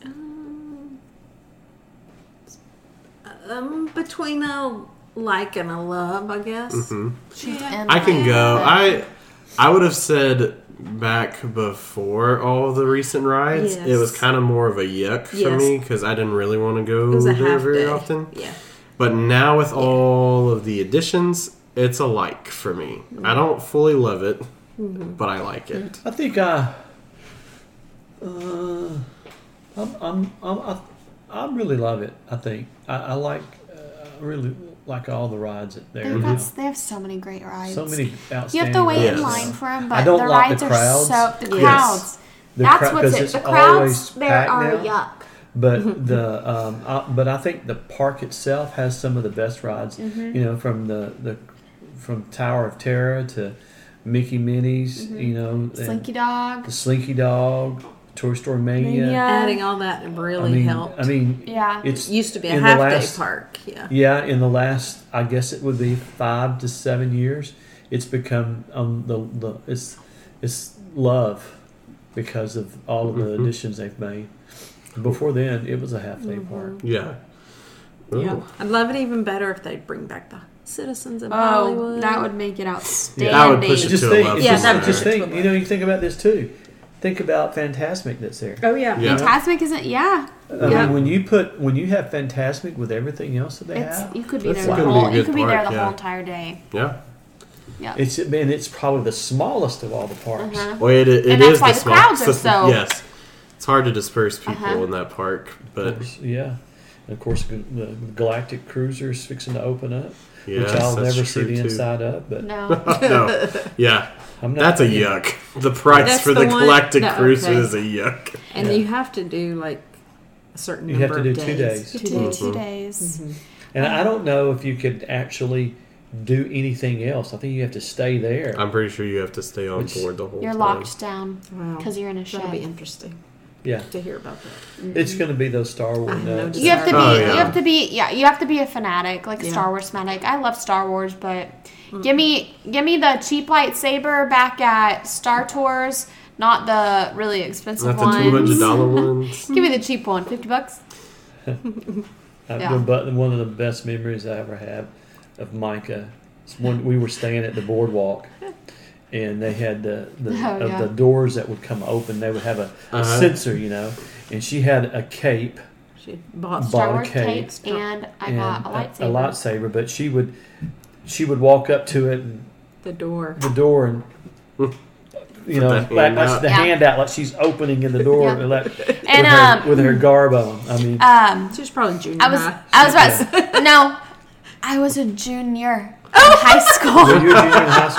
[SPEAKER 5] Um, um, between a like and a love, I guess.
[SPEAKER 1] hmm
[SPEAKER 5] Yeah.
[SPEAKER 2] And
[SPEAKER 1] I can
[SPEAKER 2] love.
[SPEAKER 1] go. I I would have said back before all the recent rides, it
[SPEAKER 5] Yes.
[SPEAKER 1] was kind of more of a yuck for
[SPEAKER 5] Yes.
[SPEAKER 1] me because I didn't really want to go
[SPEAKER 5] It was a
[SPEAKER 1] there
[SPEAKER 5] half
[SPEAKER 1] very
[SPEAKER 5] day.
[SPEAKER 1] often.
[SPEAKER 5] Yeah.
[SPEAKER 1] But now with all of the additions, it's a like for me.
[SPEAKER 5] Mm-hmm.
[SPEAKER 1] I don't fully love it, but I like it.
[SPEAKER 3] I think I, uh, I'm I'm I'm I, I really love it. I think I, I like uh, I really like all the rides at there.
[SPEAKER 2] They've
[SPEAKER 3] now.
[SPEAKER 2] got, they have so many great rides.
[SPEAKER 3] So many outstanding.
[SPEAKER 2] You have to wait
[SPEAKER 1] Yes.
[SPEAKER 2] in
[SPEAKER 3] rides.
[SPEAKER 2] line for them,
[SPEAKER 3] I
[SPEAKER 2] but
[SPEAKER 3] don't
[SPEAKER 2] the
[SPEAKER 3] like
[SPEAKER 2] rides
[SPEAKER 3] the
[SPEAKER 2] are
[SPEAKER 3] crowds.
[SPEAKER 2] so the
[SPEAKER 3] Yes.
[SPEAKER 2] crowds.
[SPEAKER 3] The
[SPEAKER 2] That's
[SPEAKER 3] crowd-
[SPEAKER 2] what's
[SPEAKER 3] 'cause
[SPEAKER 2] it.
[SPEAKER 3] it's
[SPEAKER 2] The
[SPEAKER 3] always
[SPEAKER 2] crowds there
[SPEAKER 3] packed
[SPEAKER 2] are
[SPEAKER 3] now.
[SPEAKER 2] yuck.
[SPEAKER 3] But the um, I, but I think the park itself has some of the best rides.
[SPEAKER 5] Mm-hmm.
[SPEAKER 3] You know, from the, the from Tower of Terror to Mickey Minnie's.
[SPEAKER 5] Mm-hmm.
[SPEAKER 3] You know, and
[SPEAKER 2] Slinky Dog.
[SPEAKER 3] the Slinky Dog, Toy Story Mania.
[SPEAKER 2] Mania.
[SPEAKER 5] Adding all that really
[SPEAKER 3] I mean,
[SPEAKER 5] helped.
[SPEAKER 3] I mean,
[SPEAKER 2] Yeah.
[SPEAKER 3] it's
[SPEAKER 5] it used to be a
[SPEAKER 3] in the
[SPEAKER 5] half
[SPEAKER 3] last-
[SPEAKER 5] day park. Yeah.
[SPEAKER 3] Yeah, in the last, I guess it would be five to seven years, it's become um the, the it's it's love because of all of the additions they've made. Before then, it was a half
[SPEAKER 5] Mm-hmm.
[SPEAKER 3] day park.
[SPEAKER 1] Yeah.
[SPEAKER 5] Yeah.
[SPEAKER 1] Ooh.
[SPEAKER 5] I'd love it even better if they'd bring back the citizens of
[SPEAKER 2] Oh,
[SPEAKER 5] Hollywood.
[SPEAKER 2] that would make it outstanding.
[SPEAKER 1] That would push it
[SPEAKER 3] Just
[SPEAKER 1] to a
[SPEAKER 3] think,
[SPEAKER 1] love.
[SPEAKER 5] Yeah,
[SPEAKER 3] just,
[SPEAKER 5] that
[SPEAKER 1] somewhere.
[SPEAKER 3] just
[SPEAKER 5] would-
[SPEAKER 3] think, you know, you think about this too. Think about Fantasmic that's there.
[SPEAKER 5] Oh yeah.
[SPEAKER 1] Yeah.
[SPEAKER 2] Fantasmic isn't. Yeah,
[SPEAKER 3] I
[SPEAKER 5] Yeah.
[SPEAKER 3] mean, when you put when you have Fantasmic with everything else that they
[SPEAKER 2] it's
[SPEAKER 3] have,
[SPEAKER 2] you could be
[SPEAKER 1] That's
[SPEAKER 2] there the
[SPEAKER 1] gonna be a
[SPEAKER 2] whole. You
[SPEAKER 1] good
[SPEAKER 2] could be there
[SPEAKER 1] park,
[SPEAKER 2] the
[SPEAKER 1] yeah.
[SPEAKER 2] whole entire day.
[SPEAKER 1] Yeah.
[SPEAKER 2] Yeah.
[SPEAKER 3] it's man, it's probably the smallest of all the parks.
[SPEAKER 2] Uh-huh.
[SPEAKER 1] Well, it, it
[SPEAKER 2] And
[SPEAKER 1] is
[SPEAKER 2] that's why
[SPEAKER 1] the
[SPEAKER 2] the
[SPEAKER 1] small-
[SPEAKER 2] crowds are so-
[SPEAKER 1] Yes. It's hard to disperse people
[SPEAKER 2] Uh-huh.
[SPEAKER 1] in that park, but
[SPEAKER 3] course, yeah. And of course, the the Galactic Cruiser's fixing to open up,
[SPEAKER 1] yes,
[SPEAKER 3] which I'll
[SPEAKER 1] that's
[SPEAKER 3] never see
[SPEAKER 1] true
[SPEAKER 3] the
[SPEAKER 1] too.
[SPEAKER 3] inside of. But
[SPEAKER 2] No,
[SPEAKER 1] no. Yeah.
[SPEAKER 3] I'm not.
[SPEAKER 1] That's a yuck. The price
[SPEAKER 5] That's
[SPEAKER 1] for the,
[SPEAKER 5] the one-
[SPEAKER 1] Galactic
[SPEAKER 5] no,
[SPEAKER 1] Cruiser
[SPEAKER 5] okay.
[SPEAKER 1] is a yuck.
[SPEAKER 5] And
[SPEAKER 3] Yeah.
[SPEAKER 5] you have to do like a certain
[SPEAKER 3] You have
[SPEAKER 5] number
[SPEAKER 3] to
[SPEAKER 5] of
[SPEAKER 3] do two
[SPEAKER 5] days. Mm-hmm.
[SPEAKER 3] days.
[SPEAKER 2] you do two
[SPEAKER 3] Mm-hmm.
[SPEAKER 2] days.
[SPEAKER 3] And I don't know if you could actually do anything else. I think you have to stay there.
[SPEAKER 1] I'm pretty sure you have to stay on
[SPEAKER 3] Which-
[SPEAKER 1] board the whole
[SPEAKER 2] You're
[SPEAKER 1] time.
[SPEAKER 2] locked down
[SPEAKER 5] Wow.
[SPEAKER 2] because you're in a
[SPEAKER 5] That'll be
[SPEAKER 2] shed.
[SPEAKER 5] interesting
[SPEAKER 3] yeah,
[SPEAKER 5] to hear about that.
[SPEAKER 3] it's going to be those Star Wars
[SPEAKER 5] have no
[SPEAKER 3] nuts.
[SPEAKER 2] You have to be.
[SPEAKER 1] Oh, yeah.
[SPEAKER 2] You have to be. Yeah, you have to be a fanatic, like a
[SPEAKER 5] Yeah.
[SPEAKER 2] Star Wars fanatic. I love Star Wars, but
[SPEAKER 1] Mm.
[SPEAKER 2] give me give me the cheap lightsaber back at Star Tours, not the really expensive
[SPEAKER 1] Not the
[SPEAKER 2] one.
[SPEAKER 1] two hundred dollar ones.
[SPEAKER 2] Give me the cheap one, fifty bucks.
[SPEAKER 3] I've
[SPEAKER 2] Yeah.
[SPEAKER 3] been- But one of Uh, the best memories I ever have of Micah is when we were staying at the boardwalk, and they had the the,
[SPEAKER 2] Oh,
[SPEAKER 3] of
[SPEAKER 2] yeah.
[SPEAKER 3] the doors that would come open. They would have a, a
[SPEAKER 1] Uh-huh.
[SPEAKER 3] sensor, you know, and she had a cape.
[SPEAKER 5] She bought
[SPEAKER 3] Bought
[SPEAKER 2] Star
[SPEAKER 3] a
[SPEAKER 2] Wars
[SPEAKER 3] cape
[SPEAKER 2] tape, and I
[SPEAKER 3] and
[SPEAKER 2] got a lightsaber.
[SPEAKER 3] lightsaber, but she would she would walk up to it and
[SPEAKER 5] the door.
[SPEAKER 3] the door and you know
[SPEAKER 1] Put
[SPEAKER 3] like
[SPEAKER 1] the hand
[SPEAKER 3] that's
[SPEAKER 1] out.
[SPEAKER 3] the
[SPEAKER 2] Yeah.
[SPEAKER 3] hand out like she's opening in the door
[SPEAKER 2] Yeah.
[SPEAKER 3] like,
[SPEAKER 2] And
[SPEAKER 3] with, her,
[SPEAKER 2] um,
[SPEAKER 3] with her garb on. I mean,
[SPEAKER 2] um,
[SPEAKER 5] She was probably junior
[SPEAKER 2] I was
[SPEAKER 5] high.
[SPEAKER 2] I was about to, no, I was a junior in high school.
[SPEAKER 3] when you were junior in high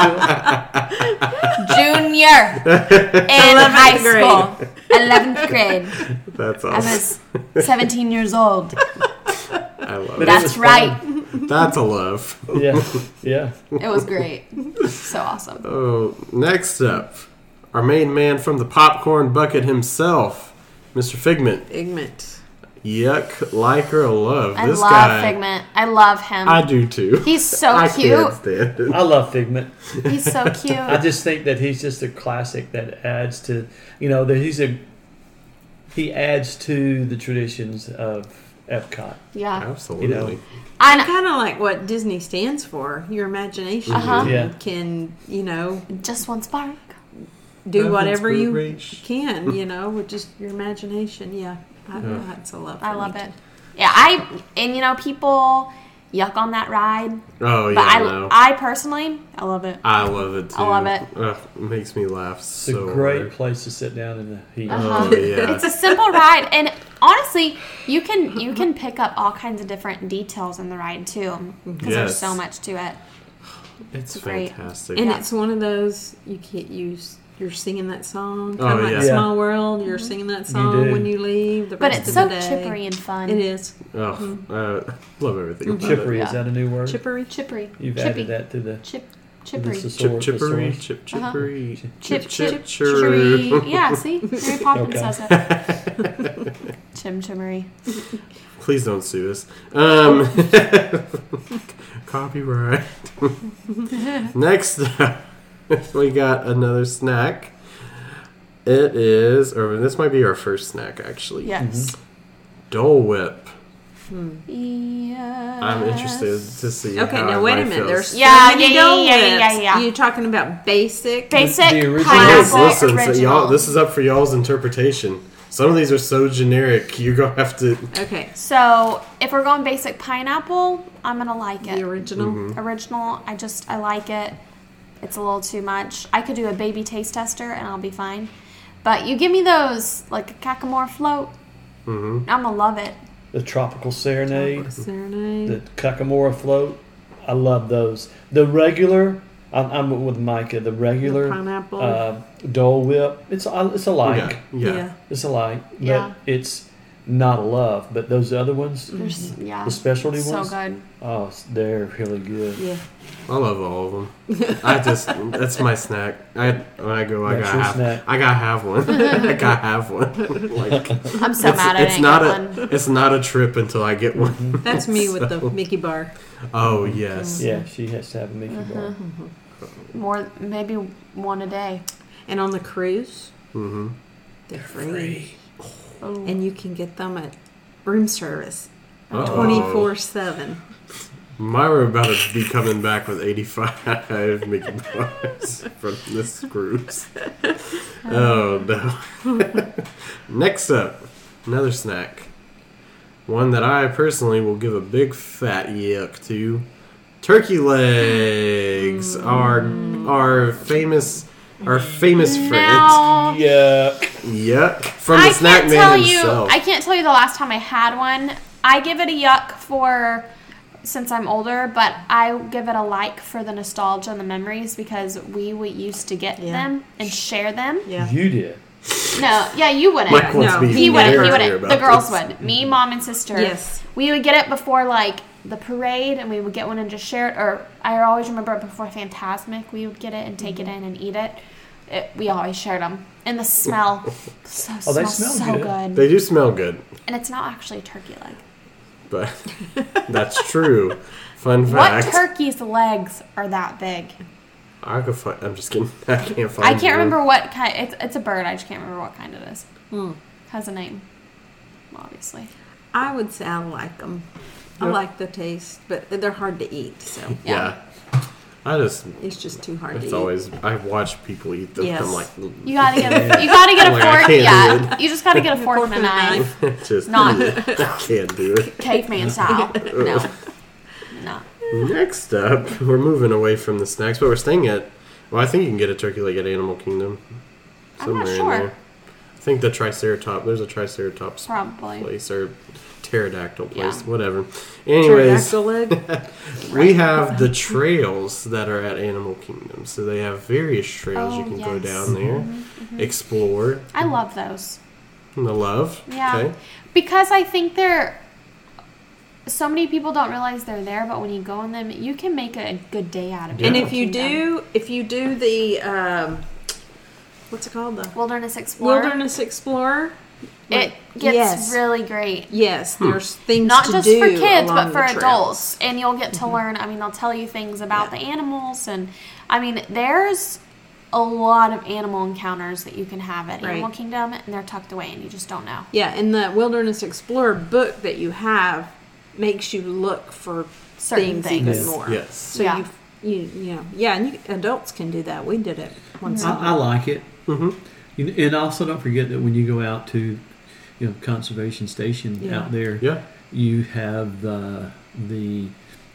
[SPEAKER 3] school,
[SPEAKER 2] junior in high
[SPEAKER 5] grade.
[SPEAKER 2] school, eleventh grade.
[SPEAKER 1] That's
[SPEAKER 2] I
[SPEAKER 1] awesome.
[SPEAKER 2] was seventeen years old.
[SPEAKER 1] I love it.
[SPEAKER 3] But it-
[SPEAKER 2] That's
[SPEAKER 3] was
[SPEAKER 2] right.
[SPEAKER 1] That's a love.
[SPEAKER 3] yeah, yeah.
[SPEAKER 2] It was great. So awesome.
[SPEAKER 1] Oh, next up, our main man from the popcorn bucket himself, Mr. Figment.
[SPEAKER 5] Ignorant.
[SPEAKER 1] Yuck, like or love
[SPEAKER 2] I
[SPEAKER 1] this
[SPEAKER 2] love
[SPEAKER 1] guy.
[SPEAKER 2] Figment. I love him.
[SPEAKER 1] I do too.
[SPEAKER 2] He's so
[SPEAKER 1] I
[SPEAKER 2] cute.
[SPEAKER 1] can't stand it.
[SPEAKER 3] I love Figment.
[SPEAKER 2] He's so cute.
[SPEAKER 3] I just think that he's just a classic that adds to you know that he's a he adds to the traditions of Epcot.
[SPEAKER 2] Yeah.
[SPEAKER 1] Absolutely.
[SPEAKER 2] I know.
[SPEAKER 5] kind of like what Disney stands for. Your imagination
[SPEAKER 2] Uh-huh.
[SPEAKER 3] Yeah.
[SPEAKER 5] can, you know,
[SPEAKER 2] Just one spark.
[SPEAKER 5] do
[SPEAKER 1] Heaven's
[SPEAKER 5] whatever you
[SPEAKER 1] reach.
[SPEAKER 5] can, you know, with just your imagination. Yeah, I,
[SPEAKER 1] Yeah.
[SPEAKER 5] that's a love.
[SPEAKER 2] I
[SPEAKER 5] for
[SPEAKER 2] love
[SPEAKER 5] me,
[SPEAKER 2] it. Yeah, I and you know people yuck on that ride,
[SPEAKER 1] Oh, yeah.
[SPEAKER 2] but I
[SPEAKER 1] no. I,
[SPEAKER 2] I personally I love it.
[SPEAKER 1] love it too.
[SPEAKER 2] I love it.
[SPEAKER 1] Ugh, it makes me laugh
[SPEAKER 3] It's a
[SPEAKER 1] so
[SPEAKER 3] great
[SPEAKER 1] hard.
[SPEAKER 3] place to sit down in the heat.
[SPEAKER 5] Uh-huh.
[SPEAKER 1] Oh, yeah.
[SPEAKER 2] It's a simple ride, and honestly, you can you can pick up all kinds of different details in the ride too, because there's
[SPEAKER 1] Yes.
[SPEAKER 2] so much to it.
[SPEAKER 1] It's
[SPEAKER 2] great.
[SPEAKER 1] fantastic.
[SPEAKER 5] And
[SPEAKER 2] Yeah.
[SPEAKER 5] it's one of those you can't use. You're singing that song,
[SPEAKER 1] Oh,
[SPEAKER 5] kind of like
[SPEAKER 1] yeah.
[SPEAKER 3] Yeah.
[SPEAKER 5] Small World. You're singing that song
[SPEAKER 3] do.
[SPEAKER 5] when you leave. The
[SPEAKER 2] Mm-hmm. But
[SPEAKER 5] rest
[SPEAKER 2] it's
[SPEAKER 5] of
[SPEAKER 2] so
[SPEAKER 5] the day.
[SPEAKER 2] chippery and fun.
[SPEAKER 5] It is Mm-hmm.
[SPEAKER 1] Oh, uh, love everything. About
[SPEAKER 3] Chippery,
[SPEAKER 1] It.
[SPEAKER 3] is that a new word?
[SPEAKER 5] chippery.
[SPEAKER 2] Chippery.
[SPEAKER 3] You've
[SPEAKER 2] chippy.
[SPEAKER 3] added that to the,
[SPEAKER 2] Chip.
[SPEAKER 3] to the
[SPEAKER 2] Chippery.
[SPEAKER 1] Chip
[SPEAKER 3] thesaur-
[SPEAKER 1] chippery,
[SPEAKER 3] thesaurus.
[SPEAKER 1] chip
[SPEAKER 5] Uh-huh.
[SPEAKER 1] chippery,
[SPEAKER 2] Chip chip
[SPEAKER 1] chippery.
[SPEAKER 2] chippery. Yeah, see, Harry Poppins
[SPEAKER 3] Okay.
[SPEAKER 2] says it. Chim chimmery.
[SPEAKER 1] Please don't sue us. Um, copyright. Next up, we got another snack. It is, or this might be our first snack actually.
[SPEAKER 2] Yes.
[SPEAKER 1] Dole Whip.
[SPEAKER 2] Yes.
[SPEAKER 1] I'm interested to see.
[SPEAKER 5] Okay,
[SPEAKER 1] how
[SPEAKER 5] now wait a
[SPEAKER 1] everybody
[SPEAKER 5] minute.
[SPEAKER 1] feels.
[SPEAKER 5] There's so
[SPEAKER 2] Yeah,
[SPEAKER 5] many
[SPEAKER 2] yeah,
[SPEAKER 5] Dole
[SPEAKER 2] yeah, yeah, yeah,
[SPEAKER 5] Whips.
[SPEAKER 2] yeah.
[SPEAKER 5] You're talking about basic.
[SPEAKER 2] basic
[SPEAKER 3] The- the original-
[SPEAKER 1] Yes,
[SPEAKER 2] pineapple
[SPEAKER 1] listen, so
[SPEAKER 2] original.
[SPEAKER 1] y'all, this is up for y'all's interpretation. Some of these are so generic, you're gonna have to.
[SPEAKER 5] Okay,
[SPEAKER 2] so if we're going basic pineapple, I'm gonna like
[SPEAKER 5] the
[SPEAKER 2] it.
[SPEAKER 5] original.
[SPEAKER 1] Mm-hmm.
[SPEAKER 2] Original, I just I like it. It's a little too much. I could do a baby taste tester and I'll be fine. But you give me those like a cacamore float,
[SPEAKER 1] Mhm.
[SPEAKER 2] I'm gonna love it.
[SPEAKER 3] the tropical serenade,
[SPEAKER 5] Serenade.
[SPEAKER 3] the Kakamora float. I love those. The regular, I'm, I'm with Micah. The regular
[SPEAKER 5] The pineapple.
[SPEAKER 3] uh, Dole Whip. It's a- it's alike.
[SPEAKER 1] Yeah, yeah.
[SPEAKER 3] It's alike. But
[SPEAKER 2] Yeah.
[SPEAKER 3] It's not a love, but those other ones,
[SPEAKER 2] There's yeah,
[SPEAKER 3] the specialty
[SPEAKER 2] so
[SPEAKER 3] ones,
[SPEAKER 2] good.
[SPEAKER 3] oh, they're really good.
[SPEAKER 5] yeah.
[SPEAKER 1] I love all of them. I just that's my snack. I when I go, I
[SPEAKER 3] That's
[SPEAKER 1] gotta
[SPEAKER 3] your
[SPEAKER 1] have.
[SPEAKER 3] snack.
[SPEAKER 1] I gotta have one. I gotta have one. like
[SPEAKER 2] I'm so
[SPEAKER 1] it's,
[SPEAKER 2] mad at
[SPEAKER 1] it's
[SPEAKER 2] it.
[SPEAKER 1] not a it's not a trip until I get
[SPEAKER 3] Mm-hmm.
[SPEAKER 1] one.
[SPEAKER 5] That's me with the Mickey bar.
[SPEAKER 1] Oh yes,
[SPEAKER 3] Yeah, she has to have a Mickey
[SPEAKER 2] Mm-hmm.
[SPEAKER 3] bar.
[SPEAKER 2] more maybe one a day.
[SPEAKER 5] And on the cruise,
[SPEAKER 1] hmm
[SPEAKER 5] they're free.
[SPEAKER 2] Oh.
[SPEAKER 5] And you can get them at room service
[SPEAKER 1] Uh-oh.
[SPEAKER 5] 24 7.
[SPEAKER 1] Myra about to be coming back with eighty five Mickey bars from this cruise. Oh no! Next up, another snack. One that I personally will give a big fat yuck to. Turkey legs,
[SPEAKER 2] Mm.
[SPEAKER 1] our our famous our famous friend.
[SPEAKER 2] Now,
[SPEAKER 3] Yeah.
[SPEAKER 1] Yuck from the
[SPEAKER 2] I
[SPEAKER 1] snack
[SPEAKER 2] can't
[SPEAKER 1] man
[SPEAKER 2] tell
[SPEAKER 1] himself.
[SPEAKER 2] you. I can't tell you the last time I had one. I give it a yuck for since I'm older, but I give it a like for the nostalgia and the memories because we would used to get
[SPEAKER 5] Yeah.
[SPEAKER 2] them and share them.
[SPEAKER 5] Yeah.
[SPEAKER 3] You did.
[SPEAKER 2] No, yeah, you wouldn't.
[SPEAKER 1] Mike wants
[SPEAKER 5] No.
[SPEAKER 1] to be
[SPEAKER 2] He wouldn't.
[SPEAKER 1] very
[SPEAKER 2] He
[SPEAKER 1] clear
[SPEAKER 2] wouldn't.
[SPEAKER 1] about
[SPEAKER 2] The girls
[SPEAKER 1] this.
[SPEAKER 2] would. Me, mom, and sister.
[SPEAKER 5] Yes.
[SPEAKER 2] We would get it before like the parade, and we would get one and just share it. Or I always remember it before Fantasmic. We would get it and take it in and eat it. it we always shared them, and the smell. so
[SPEAKER 3] Oh, they
[SPEAKER 2] smells
[SPEAKER 3] smell
[SPEAKER 2] so
[SPEAKER 3] good.
[SPEAKER 2] good.
[SPEAKER 1] They do smell good.
[SPEAKER 2] and it's not actually a turkey leg.
[SPEAKER 1] but that's true. Fun
[SPEAKER 2] What
[SPEAKER 1] fact.
[SPEAKER 2] turkey's legs are that big?
[SPEAKER 1] I could find. I'm just kidding. I can't find.
[SPEAKER 2] I can't
[SPEAKER 1] one.
[SPEAKER 2] remember what kind. It's it's a bird. I just can't remember what kind it is.
[SPEAKER 1] Hmm.
[SPEAKER 2] Has a name, obviously.
[SPEAKER 5] I would say I like them. I
[SPEAKER 1] Yep.
[SPEAKER 5] like the taste, but they're hard to eat, so
[SPEAKER 1] Yeah. I just.
[SPEAKER 5] it's just too hard
[SPEAKER 1] It's
[SPEAKER 5] to
[SPEAKER 1] always. I watch people eat them.
[SPEAKER 5] Yes.
[SPEAKER 1] I'm like.
[SPEAKER 2] You gotta get a, you gotta get a
[SPEAKER 1] Like, I
[SPEAKER 2] fork.
[SPEAKER 1] can't do
[SPEAKER 2] Yeah, you just gotta get a fork
[SPEAKER 5] Fork
[SPEAKER 2] and
[SPEAKER 5] and
[SPEAKER 2] a
[SPEAKER 5] a
[SPEAKER 2] knife,
[SPEAKER 5] knife.
[SPEAKER 1] just
[SPEAKER 2] Not-
[SPEAKER 1] I can't do it.
[SPEAKER 2] caveman style. No, no.
[SPEAKER 1] Next up, we're moving away from the snacks, but we're staying at. Well, I think you can get a turkey leg at Animal Kingdom.
[SPEAKER 2] I'm
[SPEAKER 1] Somewhere
[SPEAKER 2] not
[SPEAKER 1] in
[SPEAKER 2] sure.
[SPEAKER 1] there. I think the Triceratops. There's a Triceratops
[SPEAKER 2] Probably.
[SPEAKER 1] place or pterodactyl place,
[SPEAKER 2] Yeah.
[SPEAKER 1] whatever.
[SPEAKER 5] eat.
[SPEAKER 1] Anyways,
[SPEAKER 5] Pterodactyl leg.
[SPEAKER 1] We have the trails that are at Animal Kingdom. So they have various trails you
[SPEAKER 2] Oh,
[SPEAKER 1] can go
[SPEAKER 2] yes.
[SPEAKER 1] down
[SPEAKER 2] Mm-hmm,
[SPEAKER 1] there, explore,
[SPEAKER 2] I love those.
[SPEAKER 1] and the love.
[SPEAKER 2] Yeah,
[SPEAKER 1] Okay.
[SPEAKER 2] because I think they're. So many people don't realize they're there, but when you go in them, you can make a good day out of it.
[SPEAKER 1] Yeah.
[SPEAKER 5] And if you
[SPEAKER 2] Kingdom.
[SPEAKER 5] do, if you do the, um, what's it called? The
[SPEAKER 2] Wilderness Explorer,
[SPEAKER 5] Wilderness Explorer.
[SPEAKER 2] it gets
[SPEAKER 5] Yes.
[SPEAKER 2] really great.
[SPEAKER 5] Yes,
[SPEAKER 1] Hmm.
[SPEAKER 5] there's things
[SPEAKER 2] Not
[SPEAKER 5] to
[SPEAKER 2] just
[SPEAKER 5] do
[SPEAKER 2] for kids,
[SPEAKER 5] along
[SPEAKER 2] but for
[SPEAKER 5] the trail. Mm-hmm.
[SPEAKER 2] adults. And you'll get to learn. I mean, they'll tell you things about the animals, and I mean, there's a lot of animal encounters that you can have at
[SPEAKER 5] Right.
[SPEAKER 2] Animal Kingdom, and they're tucked away, and you just don't know.
[SPEAKER 5] Yeah, and the Wilderness Explorer book that you have makes you look for
[SPEAKER 2] Certain
[SPEAKER 5] things, even
[SPEAKER 2] things.
[SPEAKER 5] more.
[SPEAKER 1] Yes.
[SPEAKER 5] So
[SPEAKER 2] Yeah.
[SPEAKER 5] you you you know yeah, and you, adults can do that. We did it once.
[SPEAKER 3] I, I like it. You- And also, don't forget that when you go out to, you know, conservation station
[SPEAKER 5] Yeah.
[SPEAKER 3] out there,
[SPEAKER 1] Yeah,
[SPEAKER 3] you have uh, the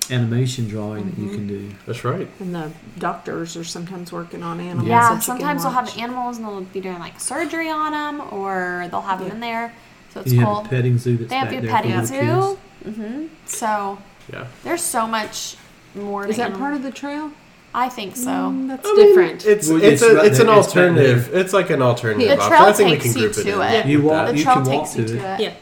[SPEAKER 3] animation drawing that you
[SPEAKER 2] Mm-hmm.
[SPEAKER 3] can do.
[SPEAKER 1] that's right.
[SPEAKER 5] And the doctors are sometimes working on animals.
[SPEAKER 2] Yeah,
[SPEAKER 5] that you can
[SPEAKER 2] sometimes they'll
[SPEAKER 5] watch.
[SPEAKER 2] have animals and they'll be doing like surgery on them, or they'll have
[SPEAKER 5] Yeah.
[SPEAKER 2] them in there. So it's
[SPEAKER 3] you
[SPEAKER 2] cool.
[SPEAKER 3] have a petting zoo that's
[SPEAKER 2] They
[SPEAKER 3] back
[SPEAKER 2] have your
[SPEAKER 3] there
[SPEAKER 2] petting
[SPEAKER 3] for little
[SPEAKER 2] zoo. hmm So
[SPEAKER 1] Yeah.
[SPEAKER 2] there's so much more.
[SPEAKER 5] Is
[SPEAKER 2] to
[SPEAKER 5] that
[SPEAKER 2] animal-
[SPEAKER 5] part of the trail?
[SPEAKER 2] I think so.
[SPEAKER 5] Mm, that's
[SPEAKER 1] I mean,
[SPEAKER 5] different.
[SPEAKER 1] It's
[SPEAKER 3] Well,
[SPEAKER 1] it's,
[SPEAKER 3] it's
[SPEAKER 1] a,
[SPEAKER 3] right
[SPEAKER 1] it's an
[SPEAKER 3] there. It's right
[SPEAKER 1] alternative. It's like an alternative
[SPEAKER 2] The
[SPEAKER 1] option.
[SPEAKER 2] trail
[SPEAKER 1] I think we
[SPEAKER 2] takes
[SPEAKER 1] can
[SPEAKER 2] you
[SPEAKER 1] group it
[SPEAKER 2] to
[SPEAKER 1] in.
[SPEAKER 2] it.
[SPEAKER 5] Yeah.
[SPEAKER 3] You walk.
[SPEAKER 2] The
[SPEAKER 3] you
[SPEAKER 2] trail
[SPEAKER 3] can walk
[SPEAKER 2] takes
[SPEAKER 3] to
[SPEAKER 2] you
[SPEAKER 3] it,
[SPEAKER 2] to it.
[SPEAKER 5] yeah,
[SPEAKER 3] or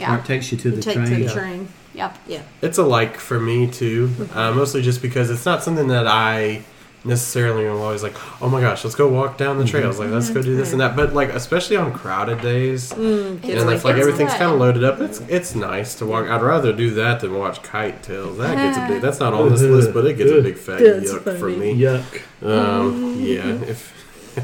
[SPEAKER 2] Yeah.
[SPEAKER 3] it takes you to
[SPEAKER 5] you
[SPEAKER 3] the
[SPEAKER 5] take
[SPEAKER 3] train.
[SPEAKER 5] the train.
[SPEAKER 2] Yep.
[SPEAKER 5] Yeah,
[SPEAKER 1] It's a like for me too, uh, mostly just because it's not something that I necessarily am always like, oh my gosh, let's go walk down
[SPEAKER 3] Mm-hmm.
[SPEAKER 1] the trails, like let's go
[SPEAKER 2] Mm-hmm.
[SPEAKER 1] do this and that. But like especially on crowded days,
[SPEAKER 5] Mm,
[SPEAKER 2] It's
[SPEAKER 1] and
[SPEAKER 2] like-
[SPEAKER 1] if like
[SPEAKER 2] it's
[SPEAKER 1] everything's
[SPEAKER 2] good.
[SPEAKER 1] kind of loaded up, it's it's nice to walk. I'd rather do that than watch kite tails. That gets a big. That's not on this list, but it gets a big fat
[SPEAKER 5] That's
[SPEAKER 1] yuck for
[SPEAKER 5] funny.
[SPEAKER 1] me.
[SPEAKER 3] Yuck.
[SPEAKER 1] Um, yeah, if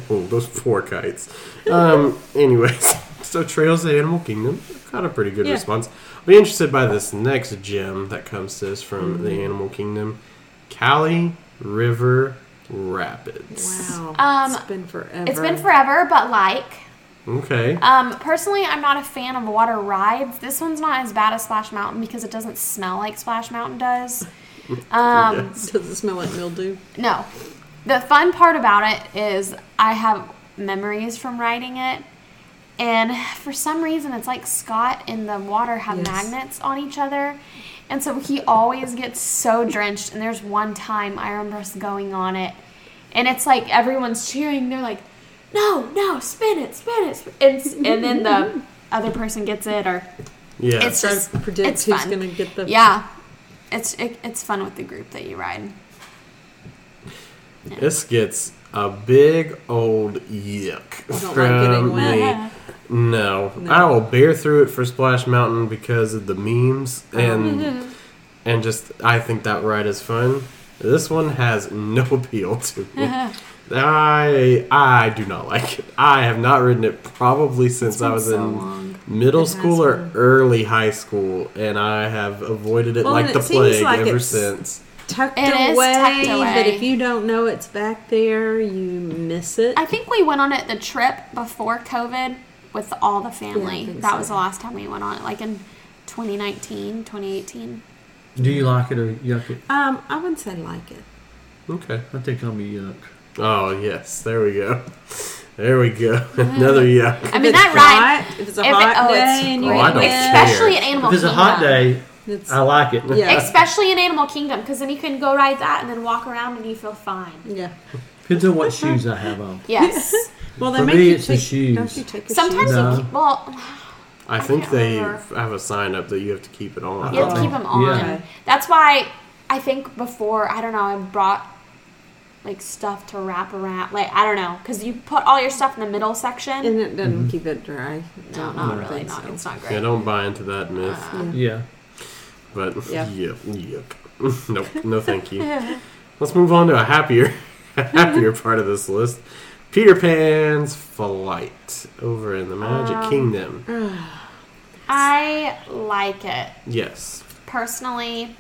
[SPEAKER 1] oh, those poor kites. Um, anyways, so Trails to Animal Kingdom got a pretty good
[SPEAKER 5] Yeah.
[SPEAKER 1] response. Be interested by this next gem that comes to us from the
[SPEAKER 2] Mm-hmm.
[SPEAKER 1] Animal Kingdom, Cali River Rapids.
[SPEAKER 5] wow.
[SPEAKER 2] Um,
[SPEAKER 5] it's been forever.
[SPEAKER 2] It's been forever, but like,
[SPEAKER 1] Okay,
[SPEAKER 2] um, personally, I'm not a fan of water rides. This one's not as bad as Splash Mountain because it doesn't smell like Splash Mountain does. Um,
[SPEAKER 1] Yes.
[SPEAKER 5] Does it smell like mildew?
[SPEAKER 2] No. The fun part about it is I have memories from riding it. And for some reason, it's like Scott and the water have
[SPEAKER 5] Yes.
[SPEAKER 2] magnets on each other. And so he always gets so drenched. And there's one time I remember us going on it. And it's like everyone's cheering. They're like, no, no, spin it, spin it. Spin. it." And, and then the other person gets it or
[SPEAKER 1] yeah,
[SPEAKER 2] it's
[SPEAKER 5] Trying
[SPEAKER 2] just
[SPEAKER 5] to predict
[SPEAKER 2] it's
[SPEAKER 5] who's
[SPEAKER 2] fun.
[SPEAKER 5] gonna get the-
[SPEAKER 2] yeah it's it, it's fun with the group that you ride
[SPEAKER 1] this gets a big old yuck
[SPEAKER 5] don't like
[SPEAKER 1] from
[SPEAKER 5] getting wet.
[SPEAKER 1] me. No. I will bear through it for Splash Mountain because of the memes
[SPEAKER 5] Oh.
[SPEAKER 1] and and just I think that ride is fun. This one has no appeal to me. I I do not like it. I have not ridden it probably since I was
[SPEAKER 2] so
[SPEAKER 1] in
[SPEAKER 2] long.
[SPEAKER 1] middle
[SPEAKER 5] It has
[SPEAKER 1] school or
[SPEAKER 5] been.
[SPEAKER 1] early high school, and I have avoided it
[SPEAKER 5] Well,
[SPEAKER 1] like
[SPEAKER 5] and
[SPEAKER 1] the
[SPEAKER 5] it seems
[SPEAKER 1] plague
[SPEAKER 5] like
[SPEAKER 1] ever
[SPEAKER 5] it's-
[SPEAKER 1] since.
[SPEAKER 5] Tucked
[SPEAKER 2] It
[SPEAKER 5] away,
[SPEAKER 2] is tucked away.
[SPEAKER 5] But if you don't know it's back there, you miss it.
[SPEAKER 2] I think we went on it the trip before COVID with all the family.
[SPEAKER 5] Yeah, I think
[SPEAKER 2] that
[SPEAKER 5] so.
[SPEAKER 2] was the last time we went on it, like in 2019, 2018.
[SPEAKER 3] Do you like it or yuck it?
[SPEAKER 5] um, I would say like it.
[SPEAKER 1] Okay.
[SPEAKER 3] I think I'm a yuck.
[SPEAKER 1] Oh yes, there we go. There we go. Another yuck.
[SPEAKER 2] I
[SPEAKER 5] If
[SPEAKER 2] mean,
[SPEAKER 5] it's
[SPEAKER 2] that ride,
[SPEAKER 5] hot, if it's a
[SPEAKER 2] if it-
[SPEAKER 5] hot
[SPEAKER 2] oh, it's
[SPEAKER 5] day, and you
[SPEAKER 1] great. Oh, I
[SPEAKER 5] get
[SPEAKER 1] don't
[SPEAKER 5] wet,
[SPEAKER 2] especially at Animal
[SPEAKER 3] If it's a
[SPEAKER 2] Kingdom.
[SPEAKER 3] hot day,
[SPEAKER 5] it's
[SPEAKER 3] I like it.
[SPEAKER 5] Yeah.
[SPEAKER 2] Especially in Animal Kingdom, because then you can go ride that and then walk around and you feel fine.
[SPEAKER 5] yeah.
[SPEAKER 3] Depends on what shoes I have on.
[SPEAKER 2] Yes.
[SPEAKER 5] Well, they
[SPEAKER 3] For
[SPEAKER 5] make
[SPEAKER 3] me,
[SPEAKER 5] you
[SPEAKER 3] it's the
[SPEAKER 5] take,
[SPEAKER 3] shoes.
[SPEAKER 5] Don't you take your
[SPEAKER 2] Sometimes
[SPEAKER 5] shoes?
[SPEAKER 3] No.
[SPEAKER 2] you, well,
[SPEAKER 1] I, think
[SPEAKER 2] can't
[SPEAKER 1] they
[SPEAKER 2] remember.
[SPEAKER 1] have a sign up that you have to keep it on.
[SPEAKER 3] I
[SPEAKER 2] you have to
[SPEAKER 3] Oh,
[SPEAKER 2] keep them on.
[SPEAKER 3] yeah.
[SPEAKER 2] That's why I think before I don't know I brought like stuff to wrap around. Like I don't know because you put all your stuff in the middle section.
[SPEAKER 5] and it doesn't
[SPEAKER 3] Mm-hmm.
[SPEAKER 5] keep it dry. Mm,
[SPEAKER 2] no,
[SPEAKER 5] Don't
[SPEAKER 2] not
[SPEAKER 5] think
[SPEAKER 2] really.
[SPEAKER 5] so.
[SPEAKER 2] Not. It's not great.
[SPEAKER 1] Yeah, don't buy into that myth.
[SPEAKER 3] Yeah.
[SPEAKER 1] but
[SPEAKER 5] Yeah.
[SPEAKER 1] yep, yep. nope, no thank you. Let's move on to a happier, happier part of this list. Peter Pan's flight over in the Magic Kingdom.
[SPEAKER 2] I like it
[SPEAKER 1] Yes,
[SPEAKER 2] personally.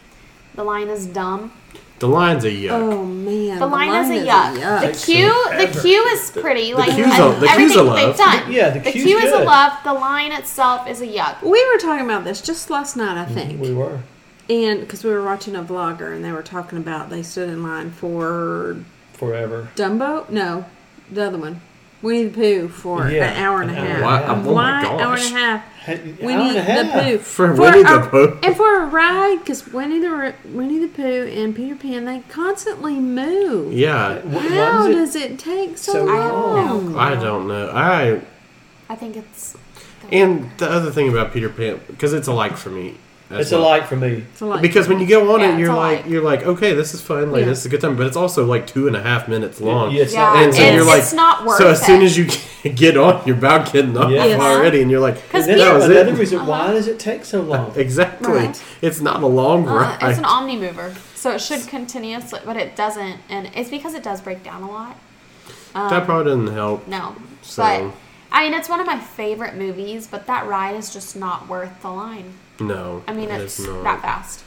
[SPEAKER 2] The line is dumb.
[SPEAKER 1] the line's a yuck.
[SPEAKER 5] Oh man,
[SPEAKER 2] The, line, is, a
[SPEAKER 5] a
[SPEAKER 2] yuck.
[SPEAKER 3] Takes
[SPEAKER 2] The queue, the
[SPEAKER 3] forever.
[SPEAKER 2] queue is pretty. like
[SPEAKER 1] queue's
[SPEAKER 2] I-
[SPEAKER 1] a- the queue's a
[SPEAKER 2] everything
[SPEAKER 1] love.
[SPEAKER 2] they've done.
[SPEAKER 3] Yeah, the
[SPEAKER 2] the
[SPEAKER 3] queue's
[SPEAKER 2] queue is a
[SPEAKER 3] good.
[SPEAKER 2] love. The line itself is a yuck.
[SPEAKER 5] we were talking about this just last night, I think,
[SPEAKER 3] Mm-hmm. We were.
[SPEAKER 5] and because we were watching a vlogger and they were talking about they stood in line for
[SPEAKER 3] Forever.
[SPEAKER 5] Dumbo. No, the other one, Winnie the Pooh, for
[SPEAKER 3] Yeah,
[SPEAKER 5] an hour and a
[SPEAKER 3] an hour
[SPEAKER 5] half.
[SPEAKER 3] and a
[SPEAKER 1] Why-
[SPEAKER 3] half.
[SPEAKER 1] oh my
[SPEAKER 5] Why hour and
[SPEAKER 1] gosh.
[SPEAKER 5] a half?
[SPEAKER 3] Winnie
[SPEAKER 5] Winnie the Pooh
[SPEAKER 1] For Winnie the Pooh.
[SPEAKER 5] and for a ride because Winnie the Ri- Winnie the Pooh and Peter Pan they constantly move.
[SPEAKER 1] Yeah,
[SPEAKER 5] How does it take so,
[SPEAKER 3] so
[SPEAKER 5] long?
[SPEAKER 3] long?
[SPEAKER 1] I don't know. I
[SPEAKER 2] I think it's.
[SPEAKER 1] and the other thing about Peter Pan because it's a like for me. as
[SPEAKER 3] It's a
[SPEAKER 1] well.
[SPEAKER 3] like for me.
[SPEAKER 5] It's a lot.
[SPEAKER 1] Because when you go on
[SPEAKER 2] Yeah,
[SPEAKER 1] it,
[SPEAKER 2] it's
[SPEAKER 1] you're
[SPEAKER 2] a
[SPEAKER 1] like
[SPEAKER 2] like.
[SPEAKER 1] you're like okay, this is fun, like
[SPEAKER 5] Yeah.
[SPEAKER 1] this is a good time, but it's also like two and a half minutes long.
[SPEAKER 3] Yes,
[SPEAKER 2] Yeah,
[SPEAKER 1] and so
[SPEAKER 2] it's,
[SPEAKER 1] you're like,
[SPEAKER 2] it's not worth
[SPEAKER 1] so as soon
[SPEAKER 2] it.
[SPEAKER 1] as you get on, you're about getting off
[SPEAKER 3] Yes.
[SPEAKER 1] already, and you're like,
[SPEAKER 2] Because
[SPEAKER 1] that
[SPEAKER 3] And
[SPEAKER 2] Peter-
[SPEAKER 1] was
[SPEAKER 3] that's another
[SPEAKER 1] it.
[SPEAKER 3] reason. Why does it take so long?
[SPEAKER 1] Exactly.
[SPEAKER 2] Right.
[SPEAKER 1] It's not a long
[SPEAKER 2] Uh,
[SPEAKER 1] ride.
[SPEAKER 2] it's an omni mover, so it should continuously, but it doesn't, and it's because it does break down a lot.
[SPEAKER 1] that probably doesn't help.
[SPEAKER 2] No.
[SPEAKER 1] So-
[SPEAKER 2] But I mean, it's one of my favorite movies, but that ride is just not worth the line.
[SPEAKER 1] No,
[SPEAKER 2] I mean,
[SPEAKER 1] it
[SPEAKER 2] it's
[SPEAKER 1] is not.
[SPEAKER 2] that fast.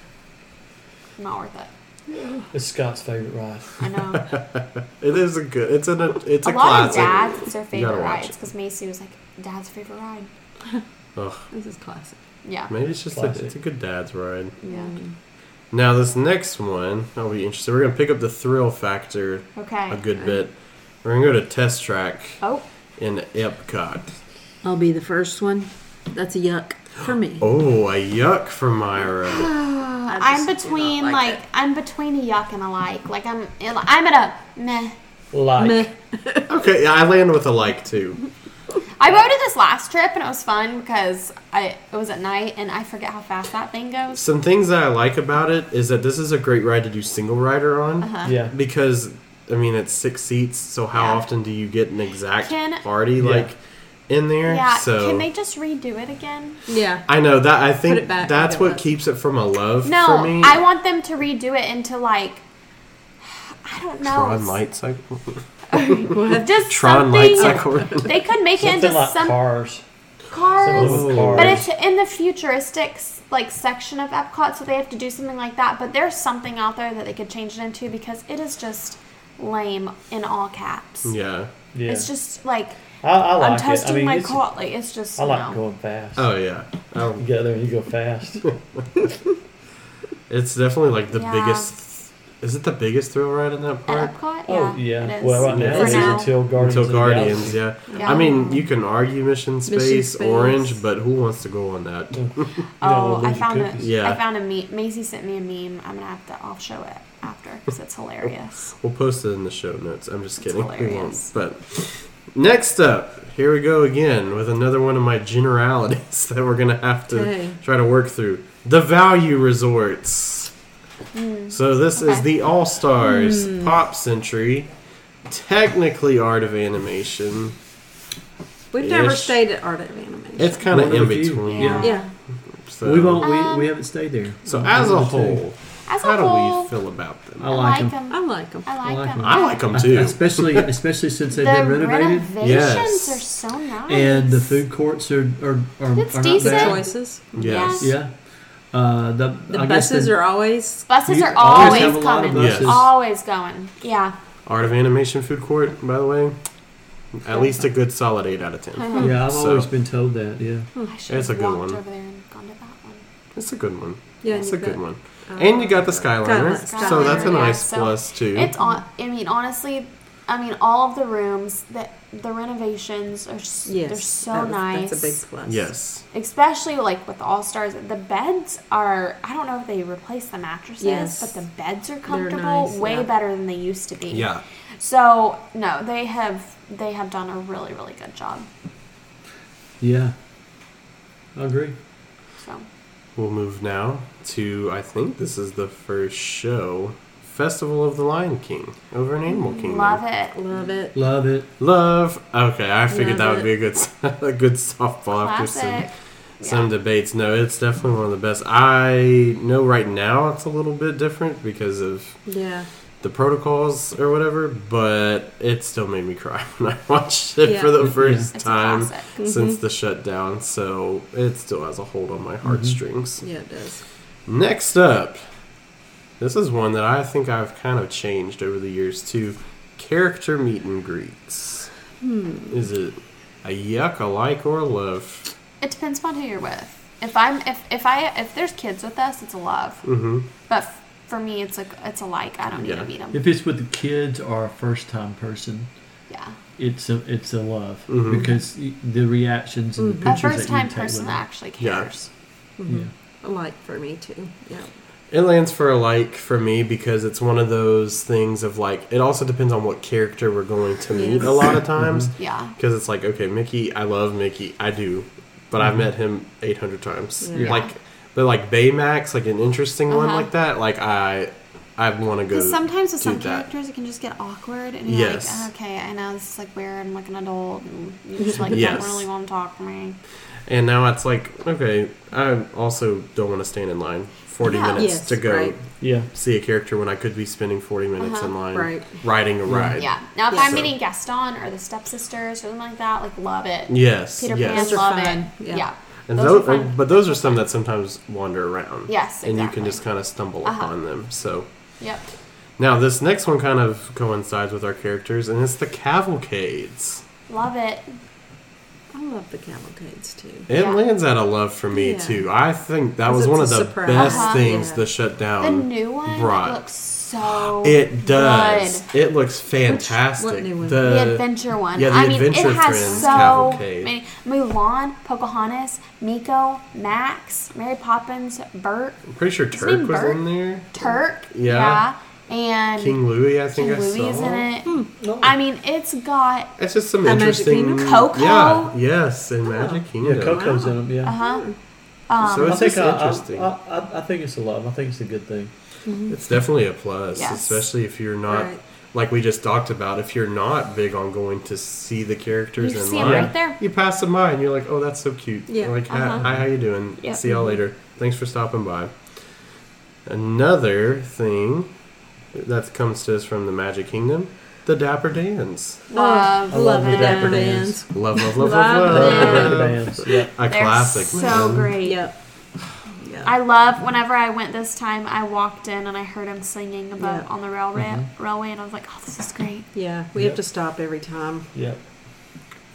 [SPEAKER 2] Not worth it.
[SPEAKER 3] It's Scott's favorite ride.
[SPEAKER 2] I know.
[SPEAKER 1] It is a good. It's an. It's a,
[SPEAKER 2] a lot
[SPEAKER 1] classic.
[SPEAKER 2] of dads, it's their
[SPEAKER 1] You gotta
[SPEAKER 2] favorite
[SPEAKER 1] watch
[SPEAKER 2] rides
[SPEAKER 1] it.
[SPEAKER 2] because Macy was like, "Dad's favorite ride."
[SPEAKER 1] Ugh,
[SPEAKER 5] This is classic.
[SPEAKER 2] Yeah.
[SPEAKER 1] maybe it's just a,
[SPEAKER 3] Classic.
[SPEAKER 1] it's a good dad's ride.
[SPEAKER 2] Yeah.
[SPEAKER 1] Now this next one, I'll be interested. We're gonna pick up the thrill factor
[SPEAKER 2] Okay.
[SPEAKER 1] a good bit. We're gonna go to Test Track
[SPEAKER 2] Oh,
[SPEAKER 1] in Epcot.
[SPEAKER 5] I'll be the first one. That's a yuck for me.
[SPEAKER 1] Oh, a yuck for Myra.
[SPEAKER 2] I'm between like, I'm between a yuck and a like. Like I'm I'm at a meh.
[SPEAKER 3] Like
[SPEAKER 5] Meh.
[SPEAKER 1] Okay, I land with a like too.
[SPEAKER 2] I rode it this last trip and it was fun because I it was at night and I forget how fast that thing goes.
[SPEAKER 1] Some things that I like about it is that this is a great ride to do single rider on
[SPEAKER 3] yeah.
[SPEAKER 1] because I mean it's six seats. So how
[SPEAKER 2] Uh-huh. Yeah.
[SPEAKER 1] often do you get an exact
[SPEAKER 2] Can-
[SPEAKER 1] party
[SPEAKER 3] Yeah.
[SPEAKER 1] like in there?
[SPEAKER 2] Yeah.
[SPEAKER 1] so
[SPEAKER 2] Can they just redo it again?
[SPEAKER 5] Yeah.
[SPEAKER 1] I know that. I think
[SPEAKER 5] it back
[SPEAKER 1] that's
[SPEAKER 5] like it
[SPEAKER 1] what
[SPEAKER 5] was.
[SPEAKER 1] keeps it from a love
[SPEAKER 2] No,
[SPEAKER 1] for me.
[SPEAKER 2] I want them to redo it into like I don't know.
[SPEAKER 1] Tron light cycle.
[SPEAKER 2] Just
[SPEAKER 1] Tron light
[SPEAKER 2] something.
[SPEAKER 1] cycle.
[SPEAKER 2] They could make it
[SPEAKER 3] Something
[SPEAKER 2] into
[SPEAKER 3] like
[SPEAKER 2] some
[SPEAKER 3] cars.
[SPEAKER 2] cars.
[SPEAKER 3] Something with
[SPEAKER 1] Oh.
[SPEAKER 2] But
[SPEAKER 3] cars.
[SPEAKER 2] it's in the futuristic like section of Epcot, so they have to do something like that. But there's something out there that they could change it into because it is just lame in all caps.
[SPEAKER 1] yeah.
[SPEAKER 3] yeah.
[SPEAKER 2] It's just like
[SPEAKER 3] I, I like
[SPEAKER 2] I'm
[SPEAKER 3] it.
[SPEAKER 2] testing
[SPEAKER 3] I mean,
[SPEAKER 2] my
[SPEAKER 3] it's,
[SPEAKER 2] cart. Like it's just
[SPEAKER 3] I like
[SPEAKER 2] no.
[SPEAKER 3] going fast.
[SPEAKER 1] Oh yeah.
[SPEAKER 3] You
[SPEAKER 1] Oh,
[SPEAKER 3] get there and you go fast.
[SPEAKER 1] it's definitely like the
[SPEAKER 2] Yeah. Uh,
[SPEAKER 1] biggest. Is it the biggest thrill ride in that park?
[SPEAKER 2] At Epcot, yeah,
[SPEAKER 3] Oh yeah.
[SPEAKER 2] it is.
[SPEAKER 3] Well, right now
[SPEAKER 2] For
[SPEAKER 3] it is
[SPEAKER 2] now.
[SPEAKER 3] until Guardians.
[SPEAKER 1] Until
[SPEAKER 3] of the
[SPEAKER 1] Guardians,
[SPEAKER 3] Galaxy.
[SPEAKER 1] yeah.
[SPEAKER 2] Yeah.
[SPEAKER 1] I mean, you can argue Mission Space,
[SPEAKER 5] Space.
[SPEAKER 1] Orange, but who wants to go on that?
[SPEAKER 2] Oh,
[SPEAKER 3] those
[SPEAKER 2] I
[SPEAKER 3] are
[SPEAKER 2] found a,
[SPEAKER 3] cookies.
[SPEAKER 1] Yeah.
[SPEAKER 2] I found a meme. Macy sent me a meme. I'm gonna have to. I'll show it after because it's hilarious.
[SPEAKER 1] We'll post it in the show notes. I'm just
[SPEAKER 2] That's
[SPEAKER 1] kidding. We won't.
[SPEAKER 2] hilarious.
[SPEAKER 1] But next up, here we go again with another one of my generalities that we're gonna have to
[SPEAKER 5] Okay.
[SPEAKER 1] try to work through. The value resorts. So this is
[SPEAKER 2] okay.
[SPEAKER 1] the All Stars, Pop Century, technically Art of Animation.
[SPEAKER 5] We've never
[SPEAKER 1] Ish.
[SPEAKER 5] stayed at Art of Animation.
[SPEAKER 1] It's kind of
[SPEAKER 3] Wonder
[SPEAKER 1] in
[SPEAKER 3] if you-
[SPEAKER 1] between.
[SPEAKER 3] yeah.
[SPEAKER 5] yeah.
[SPEAKER 1] So,
[SPEAKER 3] We won't. we, we haven't stayed there.
[SPEAKER 1] so
[SPEAKER 3] Um,
[SPEAKER 1] as a
[SPEAKER 3] number two.
[SPEAKER 1] whole,
[SPEAKER 2] As
[SPEAKER 1] how
[SPEAKER 2] a
[SPEAKER 1] do
[SPEAKER 2] whole,
[SPEAKER 1] we feel about them?
[SPEAKER 3] I
[SPEAKER 2] I
[SPEAKER 3] like
[SPEAKER 2] like
[SPEAKER 3] them.
[SPEAKER 2] them.
[SPEAKER 5] I like them.
[SPEAKER 2] I
[SPEAKER 3] I like
[SPEAKER 2] like
[SPEAKER 3] 'em.
[SPEAKER 2] them.
[SPEAKER 1] I like them too.
[SPEAKER 3] especially especially since they've
[SPEAKER 2] The
[SPEAKER 3] been renovated.
[SPEAKER 2] renovations
[SPEAKER 1] Yes.
[SPEAKER 2] are so nice.
[SPEAKER 3] And the food courts are are, are,
[SPEAKER 2] It's
[SPEAKER 3] are not
[SPEAKER 5] Good
[SPEAKER 2] decent.
[SPEAKER 3] bad.
[SPEAKER 5] choices.
[SPEAKER 1] Yes.
[SPEAKER 3] Yeah. Uh, the
[SPEAKER 5] The
[SPEAKER 3] I guess
[SPEAKER 5] buses
[SPEAKER 3] the-
[SPEAKER 5] are always.
[SPEAKER 2] Buses
[SPEAKER 3] You
[SPEAKER 2] are
[SPEAKER 3] always
[SPEAKER 2] always,
[SPEAKER 3] have a lot of
[SPEAKER 2] coming.
[SPEAKER 1] buses.
[SPEAKER 2] Always going. Yeah.
[SPEAKER 1] Art of Animation food court, by the way. At least a good solid 8 out of 10.
[SPEAKER 3] Yeah, I've
[SPEAKER 1] So-
[SPEAKER 3] always been told that. Yeah.
[SPEAKER 2] Uh-huh. I should
[SPEAKER 1] It's a
[SPEAKER 2] have
[SPEAKER 1] good
[SPEAKER 2] walked
[SPEAKER 1] one.
[SPEAKER 2] over there and gone to that one.
[SPEAKER 1] It's a good one.
[SPEAKER 5] Yeah,
[SPEAKER 1] it's
[SPEAKER 5] you
[SPEAKER 1] a good
[SPEAKER 5] bet.
[SPEAKER 1] one. and you got the Skyliner,
[SPEAKER 5] Skyliner.
[SPEAKER 1] so that's a
[SPEAKER 2] Skyliner,
[SPEAKER 1] nice
[SPEAKER 2] yeah, so
[SPEAKER 1] plus too.
[SPEAKER 2] It's on. I mean, honestly, I mean, all of the rooms that the renovations are. s
[SPEAKER 5] Yes.
[SPEAKER 2] They're so
[SPEAKER 5] that was-
[SPEAKER 2] nice.
[SPEAKER 5] That's a big plus.
[SPEAKER 1] yes.
[SPEAKER 2] Especially like with All Stars, the beds are. I don't know if they replaced the mattresses,
[SPEAKER 5] Yes.
[SPEAKER 2] but the beds are comfortable,
[SPEAKER 5] nice,
[SPEAKER 2] way
[SPEAKER 5] yeah.
[SPEAKER 2] better than they used to be.
[SPEAKER 1] Yeah.
[SPEAKER 2] So no, they have they have done a really really good job.
[SPEAKER 3] Yeah. I agree.
[SPEAKER 2] So
[SPEAKER 1] We'll move now to I think this is the first show Festival of the Lion King over in Animal Kingdom.
[SPEAKER 2] love it.
[SPEAKER 5] Love it.
[SPEAKER 3] Love it.
[SPEAKER 1] Love. Okay, I figured
[SPEAKER 5] Love
[SPEAKER 1] that would
[SPEAKER 5] it.
[SPEAKER 1] be a good a good softball after some
[SPEAKER 2] Classic.
[SPEAKER 1] some debates. No, it's definitely one of the best. I know right now it's a little bit different because of
[SPEAKER 5] Yeah.
[SPEAKER 1] the protocols or whatever, but it still made me cry when I watched it
[SPEAKER 5] Yeah.
[SPEAKER 1] for the
[SPEAKER 3] Yeah.
[SPEAKER 1] first
[SPEAKER 2] It's a
[SPEAKER 1] time
[SPEAKER 2] classic. Mm-hmm.
[SPEAKER 1] since the shutdown. So it still has a hold on my heartstrings.
[SPEAKER 5] Yeah, it does.
[SPEAKER 1] Next up, this is one that I think I've kind of changed over the years too. Character meet and greets.
[SPEAKER 2] Hmm.
[SPEAKER 1] Is it a yuck, a like, or a love?
[SPEAKER 2] It depends upon who you're with. If I'm if if I if there's kids with us, it's a love.
[SPEAKER 1] Mm-hmm.
[SPEAKER 2] But f- for me, it's like it's a like. I don't need
[SPEAKER 1] Yeah.
[SPEAKER 2] to meet them.
[SPEAKER 3] If it's with the kids or a first time person,
[SPEAKER 2] Yeah.
[SPEAKER 3] it's a it's a love
[SPEAKER 1] Mhm.
[SPEAKER 3] because y- the reactions and the
[SPEAKER 2] Mm, A
[SPEAKER 3] pictures
[SPEAKER 2] first
[SPEAKER 3] that you
[SPEAKER 2] time
[SPEAKER 3] take
[SPEAKER 2] person
[SPEAKER 3] with
[SPEAKER 2] that
[SPEAKER 3] them.
[SPEAKER 2] actually
[SPEAKER 1] Yeah.
[SPEAKER 2] cares.
[SPEAKER 3] Yeah.
[SPEAKER 5] A like for me too. Yeah.
[SPEAKER 1] It lands for a like for me because it's one of those things of like, it also depends on what character we're going to meet
[SPEAKER 5] Yes.
[SPEAKER 1] a lot of times.
[SPEAKER 2] Yeah.
[SPEAKER 1] Because it's like, okay, Mickey, I love Mickey, I do, but
[SPEAKER 2] Mm-hmm.
[SPEAKER 1] I've met him 800 times.
[SPEAKER 3] Yeah.
[SPEAKER 1] Like, but like Baymax, like an interesting one
[SPEAKER 2] Uh-huh.
[SPEAKER 1] like that, like I, I want to go.
[SPEAKER 2] Because sometimes with
[SPEAKER 1] do
[SPEAKER 2] some
[SPEAKER 1] that.
[SPEAKER 2] characters, it can just get awkward, and you're
[SPEAKER 1] Yes.
[SPEAKER 2] like, okay, I know this is like weird. I'm like an adult, and you just like
[SPEAKER 1] Yes.
[SPEAKER 2] don't really want to talk to me.
[SPEAKER 1] And now it's like, okay, I also don't want to stand in line 40
[SPEAKER 2] Yeah.
[SPEAKER 1] minutes
[SPEAKER 5] Yes,
[SPEAKER 1] to go
[SPEAKER 5] right.
[SPEAKER 3] Yeah.
[SPEAKER 1] see a character when I could be spending 40 minutes in line
[SPEAKER 5] Right.
[SPEAKER 1] riding a ride.
[SPEAKER 2] Uh-huh. Mm-hmm. Yeah. Now, if
[SPEAKER 5] Yeah.
[SPEAKER 2] I'm
[SPEAKER 1] So-
[SPEAKER 2] meeting Gaston or the stepsisters or something like that, like love it.
[SPEAKER 1] Yes.
[SPEAKER 2] Peter
[SPEAKER 1] yes.
[SPEAKER 2] Pan,
[SPEAKER 5] Those are
[SPEAKER 2] love
[SPEAKER 5] fun.
[SPEAKER 2] it.
[SPEAKER 5] Yeah.
[SPEAKER 2] Yeah.
[SPEAKER 1] And
[SPEAKER 2] Those are
[SPEAKER 1] those,
[SPEAKER 2] fun.
[SPEAKER 1] but those are some that sometimes wander around.
[SPEAKER 2] Yes,
[SPEAKER 1] And you can
[SPEAKER 2] exactly.
[SPEAKER 1] just kind of stumble
[SPEAKER 2] Uh-huh.
[SPEAKER 1] upon them. So
[SPEAKER 2] Yep.
[SPEAKER 1] now this next one kind of coincides with our characters, and it's the cavalcades.
[SPEAKER 2] Love it.
[SPEAKER 5] I love the cavalcades too.
[SPEAKER 1] It
[SPEAKER 2] Yeah.
[SPEAKER 1] lands at a love for me
[SPEAKER 5] Yeah.
[SPEAKER 1] too. I think that
[SPEAKER 5] 'Cause
[SPEAKER 1] was
[SPEAKER 5] it's
[SPEAKER 1] one
[SPEAKER 5] a
[SPEAKER 1] of the
[SPEAKER 5] surprise.
[SPEAKER 1] best
[SPEAKER 2] Uh-huh.
[SPEAKER 1] things
[SPEAKER 5] Yeah.
[SPEAKER 1] the shutdown.
[SPEAKER 2] The new one
[SPEAKER 1] brought.
[SPEAKER 2] looks so.
[SPEAKER 1] Um, it does.
[SPEAKER 2] Good.
[SPEAKER 1] It looks fantastic.
[SPEAKER 5] new one?
[SPEAKER 1] The,
[SPEAKER 2] The adventure one.
[SPEAKER 1] yeah, the
[SPEAKER 2] I mean,
[SPEAKER 1] Adventure
[SPEAKER 2] it has
[SPEAKER 1] Friends
[SPEAKER 2] so
[SPEAKER 1] cavalcade.
[SPEAKER 2] many. Mulan, Pocahontas, Miko, Max, Mary Poppins, Bert,
[SPEAKER 1] I'm pretty sure
[SPEAKER 2] name
[SPEAKER 1] Turk was
[SPEAKER 2] Bert?
[SPEAKER 1] in there.
[SPEAKER 2] Turk.
[SPEAKER 1] Yeah.
[SPEAKER 2] And
[SPEAKER 1] King Louis, I
[SPEAKER 2] King
[SPEAKER 1] think I
[SPEAKER 2] Louis
[SPEAKER 1] saw.
[SPEAKER 2] is in it.
[SPEAKER 5] Hmm.
[SPEAKER 2] I mean, it's got
[SPEAKER 1] It's just some
[SPEAKER 5] And Magic
[SPEAKER 1] interesting
[SPEAKER 5] Kingdom?
[SPEAKER 2] Coco?
[SPEAKER 1] Yeah, yes, and Magic Kingdom.
[SPEAKER 3] Yeah, Coco's in them. Yeah.
[SPEAKER 5] Uh-huh.
[SPEAKER 2] uh
[SPEAKER 5] Mm.
[SPEAKER 2] huh.
[SPEAKER 1] so
[SPEAKER 3] I
[SPEAKER 1] it's
[SPEAKER 3] think
[SPEAKER 1] just
[SPEAKER 3] I, I,
[SPEAKER 1] interesting.
[SPEAKER 3] I, I, I think it's a love. I think it's a good thing.
[SPEAKER 1] it's definitely a plus,
[SPEAKER 2] Yes.
[SPEAKER 1] especially if you're not
[SPEAKER 5] Right.
[SPEAKER 1] like we just talked about. If you're not big on going to see the characters
[SPEAKER 2] You
[SPEAKER 1] in
[SPEAKER 2] see 'em
[SPEAKER 1] line,
[SPEAKER 2] right there.
[SPEAKER 1] you pass them by and you're like, "Oh, that's so cute."
[SPEAKER 5] Yeah.
[SPEAKER 1] You're like, "Hi,
[SPEAKER 2] Uh-huh. Mm-hmm.
[SPEAKER 1] hi, how you doing?
[SPEAKER 2] Yep.
[SPEAKER 1] See y'all later. Thanks for stopping by." Another thing that comes to us from the Magic Kingdom, the Dapper Dans.
[SPEAKER 5] Oh, Love,
[SPEAKER 3] I love the Dapper Dans.
[SPEAKER 1] Love, love, love, love,
[SPEAKER 5] Love
[SPEAKER 1] love.
[SPEAKER 5] them.
[SPEAKER 3] Rubber bands. Yeah.
[SPEAKER 1] A
[SPEAKER 2] They're
[SPEAKER 1] classic.
[SPEAKER 2] so
[SPEAKER 1] man.
[SPEAKER 2] great.
[SPEAKER 5] Yep. Yeah.
[SPEAKER 2] I love whenever I went this time. I walked in and I heard him singing about
[SPEAKER 5] Yeah. Mm-hmm.
[SPEAKER 2] on the railway, railway, and I was like, "Oh, this is great."
[SPEAKER 5] yeah. We
[SPEAKER 3] Yep.
[SPEAKER 5] have to stop every time,
[SPEAKER 3] Yeah.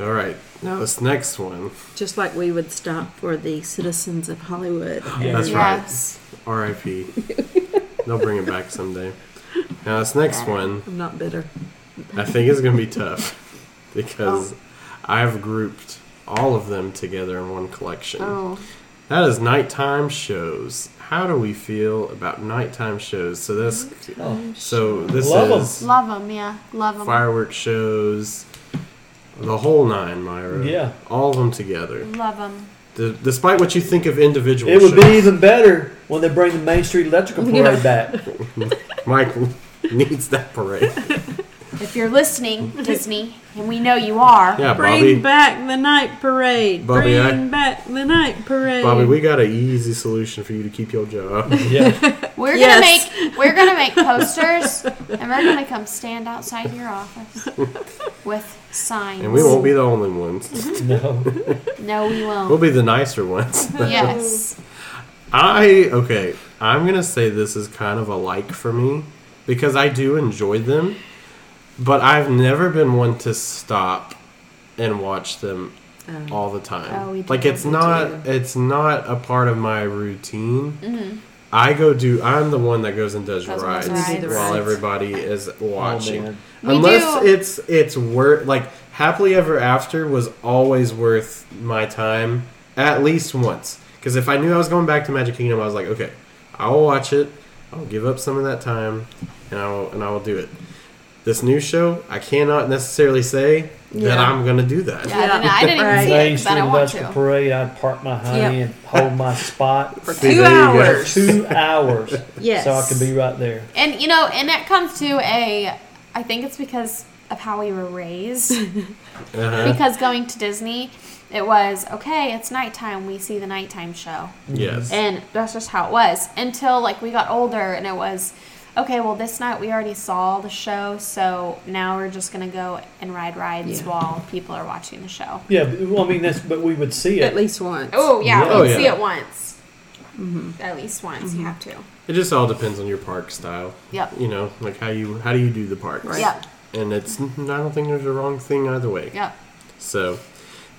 [SPEAKER 1] All right. Now this next one.
[SPEAKER 5] just like we would stop for the citizens of Hollywood.
[SPEAKER 3] Yeah.
[SPEAKER 1] That's
[SPEAKER 2] yes.
[SPEAKER 1] right. R.I.P. They'll bring it back someday. Now this next one,
[SPEAKER 5] I'm not bitter.
[SPEAKER 1] I think is gonna be tough
[SPEAKER 2] Oh.
[SPEAKER 1] because I've grouped all of them together in one collection.
[SPEAKER 2] Oh,
[SPEAKER 1] That is nighttime shows. How do we feel about nighttime shows? So this,
[SPEAKER 3] Oh.
[SPEAKER 1] so this
[SPEAKER 3] Love 'em.
[SPEAKER 1] is
[SPEAKER 2] love them. Yeah, love them.
[SPEAKER 1] fireworks shows, the whole nine, Myra.
[SPEAKER 3] Yeah.
[SPEAKER 1] all of them together.
[SPEAKER 2] Love them.
[SPEAKER 1] D- despite what you think of individual,
[SPEAKER 3] Oh. It would be
[SPEAKER 1] shows.
[SPEAKER 3] even better when they bring the Main Street Electrical Parade
[SPEAKER 5] Yeah.
[SPEAKER 3] back.
[SPEAKER 1] Mike needs that parade.
[SPEAKER 2] If you're listening, Disney, and we know you are,
[SPEAKER 1] Yeah,
[SPEAKER 5] Bring
[SPEAKER 1] Bobby.
[SPEAKER 5] back the night parade.
[SPEAKER 1] Bobby, I-
[SPEAKER 5] Bring back the night parade.
[SPEAKER 1] Bobby, we got an easy solution for you to keep your job.
[SPEAKER 3] Yeah.
[SPEAKER 2] we're
[SPEAKER 5] Yes.
[SPEAKER 2] gonna make we're gonna make posters, and we're gonna come stand outside your office with signs.
[SPEAKER 1] and we won't be the only ones.
[SPEAKER 2] Mm-hmm.
[SPEAKER 3] No.
[SPEAKER 2] No, we won't.
[SPEAKER 1] We'll be the nicer ones.
[SPEAKER 2] yes.
[SPEAKER 1] I, okay, I'm going to say this is kind of a like for me because I do enjoy them, but I've never been one to stop and watch them all the time.
[SPEAKER 2] Oh, we
[SPEAKER 1] like
[SPEAKER 2] do.
[SPEAKER 1] it's not it's not a part of my routine. I go do I'm the one that goes and does
[SPEAKER 2] Goes and
[SPEAKER 1] rides
[SPEAKER 2] Mm-hmm. does Oh,
[SPEAKER 5] rides. We do the
[SPEAKER 1] while
[SPEAKER 5] rides.
[SPEAKER 1] everybody is watching.
[SPEAKER 3] man.
[SPEAKER 2] We
[SPEAKER 1] Unless
[SPEAKER 2] do-
[SPEAKER 1] it's it's worth like happily ever after was always worth my time at least once. Because if I knew I was going back to Magic Kingdom, I was like, okay, I'll watch it. I'll give up some of that time, and I will and I will do it. This new show, I cannot necessarily say that
[SPEAKER 5] Yeah.
[SPEAKER 1] I'm gonna do that.
[SPEAKER 2] Yeah, I didn't, I didn't
[SPEAKER 5] Right.
[SPEAKER 2] even see
[SPEAKER 3] Main
[SPEAKER 2] it, but I want
[SPEAKER 3] Street
[SPEAKER 2] to.
[SPEAKER 3] Electrical Parade, I'd park my
[SPEAKER 5] Yeah.
[SPEAKER 3] honey and hold my spot for
[SPEAKER 1] See,
[SPEAKER 5] two
[SPEAKER 1] there you go.
[SPEAKER 5] hours.
[SPEAKER 3] two hours.
[SPEAKER 5] Yes.
[SPEAKER 3] So I can be right there.
[SPEAKER 2] And you know, and that comes to a I think it's because of how we were raised.
[SPEAKER 1] Uh-huh.
[SPEAKER 2] because going to Disney, it was okay, it's nighttime, we see the nighttime show.
[SPEAKER 1] Yes.
[SPEAKER 2] And that's just how it was until like we got older and it was okay, well this night we already saw the show, so now we're just going to go and ride rides
[SPEAKER 5] Yeah.
[SPEAKER 2] while people are watching the show.
[SPEAKER 3] Yeah, but- well, I mean, that's, but we would see
[SPEAKER 5] At
[SPEAKER 3] it.
[SPEAKER 5] least once.
[SPEAKER 2] Oh yeah,
[SPEAKER 1] Oh,
[SPEAKER 2] we
[SPEAKER 1] yeah.
[SPEAKER 2] see it once.
[SPEAKER 5] Mm-hmm.
[SPEAKER 2] At least once you have to.
[SPEAKER 1] It just all depends on your park style.
[SPEAKER 2] Yep.
[SPEAKER 1] You know, like how you how do you do the parks?
[SPEAKER 5] Right.
[SPEAKER 2] Yep.
[SPEAKER 1] And it's I don't think there's a wrong thing either way.
[SPEAKER 2] Yep.
[SPEAKER 1] So,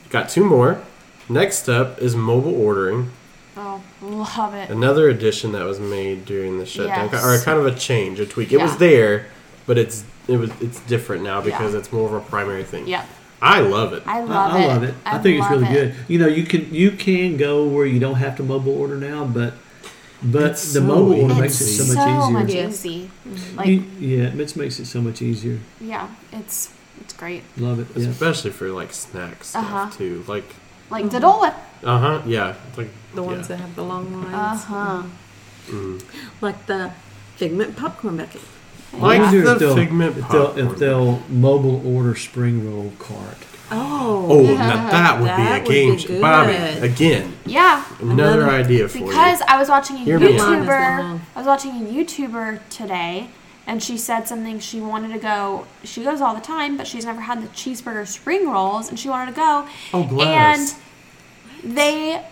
[SPEAKER 1] got two more. Next up is mobile ordering,
[SPEAKER 2] Oh, love it.
[SPEAKER 1] another addition that was made during the shutdown,
[SPEAKER 2] Yes.
[SPEAKER 1] or kind of a change, a tweak. It was
[SPEAKER 2] Yeah.
[SPEAKER 1] there, but it's it was it's different now because
[SPEAKER 2] Yeah.
[SPEAKER 1] it's more of a primary thing.
[SPEAKER 2] Yep.
[SPEAKER 1] I love it.
[SPEAKER 2] I
[SPEAKER 3] I-
[SPEAKER 2] love
[SPEAKER 3] I,
[SPEAKER 2] it.
[SPEAKER 3] love it. I, think it's
[SPEAKER 2] love
[SPEAKER 3] really
[SPEAKER 2] it.
[SPEAKER 3] good. You know, you can you can go where you don't have to mobile order now, but but
[SPEAKER 1] It's so
[SPEAKER 3] the mobile order
[SPEAKER 1] easy.
[SPEAKER 3] makes it so, much easier.
[SPEAKER 2] much
[SPEAKER 5] easier.
[SPEAKER 2] easy.
[SPEAKER 3] You-
[SPEAKER 2] Like,
[SPEAKER 3] yeah, it makes it so much easier.
[SPEAKER 2] yeah, it's it's great.
[SPEAKER 3] Love it. Yeah.
[SPEAKER 1] Especially for like snack stuff
[SPEAKER 2] Uh-huh.
[SPEAKER 1] too. Like
[SPEAKER 2] Like the Dole Whip.
[SPEAKER 1] uh huh, yeah. Like
[SPEAKER 5] The ones
[SPEAKER 1] yeah.
[SPEAKER 5] that have the long lines.
[SPEAKER 2] Uh huh.
[SPEAKER 1] mm.
[SPEAKER 5] Like the figment popcorn bucket.
[SPEAKER 1] Like
[SPEAKER 3] I wonder
[SPEAKER 1] the
[SPEAKER 3] if they'll-
[SPEAKER 1] Figment
[SPEAKER 3] if they'll,
[SPEAKER 1] popcorn.
[SPEAKER 3] if they'll mobile order spring roll cart.
[SPEAKER 5] Oh,
[SPEAKER 1] Oh, now that would
[SPEAKER 5] That
[SPEAKER 1] be a game
[SPEAKER 5] be
[SPEAKER 1] show. Bobby,
[SPEAKER 5] good.
[SPEAKER 1] again,
[SPEAKER 2] Yeah,
[SPEAKER 1] another
[SPEAKER 5] Another-
[SPEAKER 1] idea for
[SPEAKER 2] because
[SPEAKER 1] you.
[SPEAKER 2] I was watching a
[SPEAKER 1] Hear me out.
[SPEAKER 5] Mine is
[SPEAKER 2] YouTuber.
[SPEAKER 5] long.
[SPEAKER 2] I was watching a YouTuber today, and she said something. She wanted to go. She goes all the time, but she's never had the cheeseburger spring rolls, and she wanted to go.
[SPEAKER 1] Oh, bless.
[SPEAKER 2] And they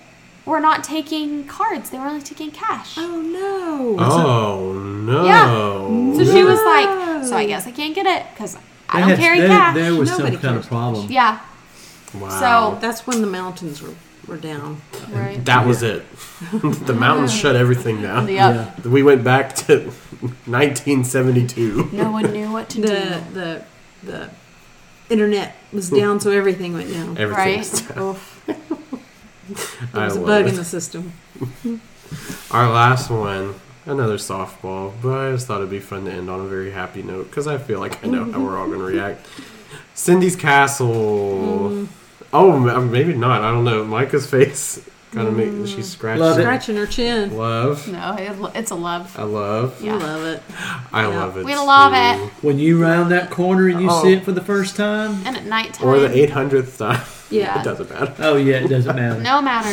[SPEAKER 2] were not taking cards; they were only taking cash.
[SPEAKER 5] Oh no.
[SPEAKER 1] Oh, no.
[SPEAKER 2] So she was
[SPEAKER 5] No.
[SPEAKER 2] like, "So I guess I can't get it because I don't
[SPEAKER 3] had-
[SPEAKER 2] carry
[SPEAKER 3] there,
[SPEAKER 2] cash."
[SPEAKER 3] There was some
[SPEAKER 5] Nobody
[SPEAKER 3] kind
[SPEAKER 5] cares.
[SPEAKER 3] of problem.
[SPEAKER 2] yeah,
[SPEAKER 1] Wow.
[SPEAKER 5] Oh, That's when the mountains were, were down.
[SPEAKER 2] right.
[SPEAKER 1] that was it. the mountains shut everything down.
[SPEAKER 3] Yeah.
[SPEAKER 1] We went back to 1972.
[SPEAKER 2] No one knew what to do.
[SPEAKER 5] The the the internet was down, so everything went down.
[SPEAKER 1] Everything.
[SPEAKER 2] Right?
[SPEAKER 5] Oof. There
[SPEAKER 1] I
[SPEAKER 5] was a
[SPEAKER 1] love
[SPEAKER 5] bug
[SPEAKER 1] it.
[SPEAKER 5] in the system.
[SPEAKER 1] Our last one, another softball, but I just thought it'd be fun to end on a very happy note because I feel like I know how we're all going to react. Cindy's
[SPEAKER 2] Mm-hmm.
[SPEAKER 1] Castle. Oh, m- maybe not. I don't know. Micah's face kind of
[SPEAKER 2] Mm.
[SPEAKER 1] makes she scratches.
[SPEAKER 3] Love it.
[SPEAKER 5] Scratching her chin.
[SPEAKER 1] Love.
[SPEAKER 2] No, it, it's a love.
[SPEAKER 1] I love.
[SPEAKER 5] You love it.
[SPEAKER 1] I love it.
[SPEAKER 2] We love
[SPEAKER 1] too.
[SPEAKER 2] it.
[SPEAKER 3] When you round that corner and you
[SPEAKER 1] Oh.
[SPEAKER 3] see it for the first time,
[SPEAKER 2] And at nighttime,
[SPEAKER 1] Or the 800th time.
[SPEAKER 5] Yeah.
[SPEAKER 1] it doesn't matter.
[SPEAKER 3] oh yeah, it doesn't matter.
[SPEAKER 2] no matter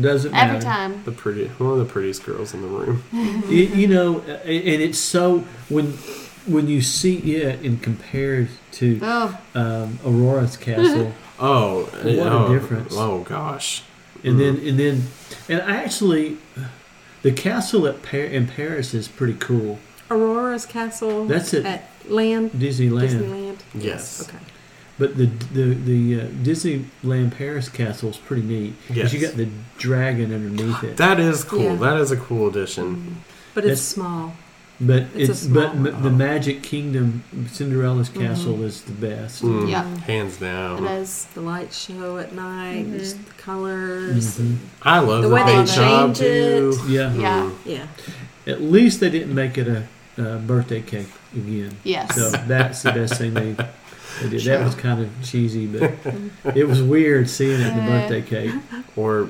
[SPEAKER 3] Doesn't matter.
[SPEAKER 2] every time.
[SPEAKER 1] The pretty, one of the prettiest girls in the room.
[SPEAKER 3] you, you know, uh, and it's so when when you see it and compare to
[SPEAKER 5] Oh,
[SPEAKER 3] um, Aurora's castle,
[SPEAKER 1] Oh,
[SPEAKER 3] a
[SPEAKER 1] oh,
[SPEAKER 3] difference.
[SPEAKER 1] Oh gosh,
[SPEAKER 3] and then and then and actually, the castle at Par- in Paris is pretty cool.
[SPEAKER 5] Aurora's Castle.
[SPEAKER 3] That's it.
[SPEAKER 5] At land.
[SPEAKER 3] Disneyland,
[SPEAKER 5] Disneyland.
[SPEAKER 1] Yes.
[SPEAKER 5] Okay.
[SPEAKER 3] but the the the uh, Disneyland Paris castle is pretty neat because you
[SPEAKER 1] Yes.
[SPEAKER 3] got the dragon underneath it.
[SPEAKER 1] that is cool.
[SPEAKER 5] Yeah.
[SPEAKER 1] That is a cool addition.
[SPEAKER 5] But it's
[SPEAKER 3] That's-
[SPEAKER 5] small.
[SPEAKER 3] but
[SPEAKER 5] a
[SPEAKER 3] it's, but
[SPEAKER 5] small
[SPEAKER 3] m- the Magic Kingdom, Cinderella's castle is the best.
[SPEAKER 1] Mm,
[SPEAKER 2] Yeah.
[SPEAKER 1] hands
[SPEAKER 2] It
[SPEAKER 1] down.
[SPEAKER 2] is.
[SPEAKER 5] The light show at night, and just the colors.
[SPEAKER 1] I love
[SPEAKER 5] The
[SPEAKER 1] the
[SPEAKER 5] way
[SPEAKER 1] that
[SPEAKER 5] they
[SPEAKER 1] they job
[SPEAKER 5] change it.
[SPEAKER 1] too.
[SPEAKER 3] Mm-hmm. Yeah.
[SPEAKER 2] Yeah.
[SPEAKER 5] Yeah.
[SPEAKER 3] At least they didn't make it a, uh birthday cake again.
[SPEAKER 2] Yes.
[SPEAKER 3] So that's the best thing they, they did.
[SPEAKER 1] Sure.
[SPEAKER 3] That was kind of cheesy, but it was weird seeing it in the birthday cake.
[SPEAKER 1] Hmm. Or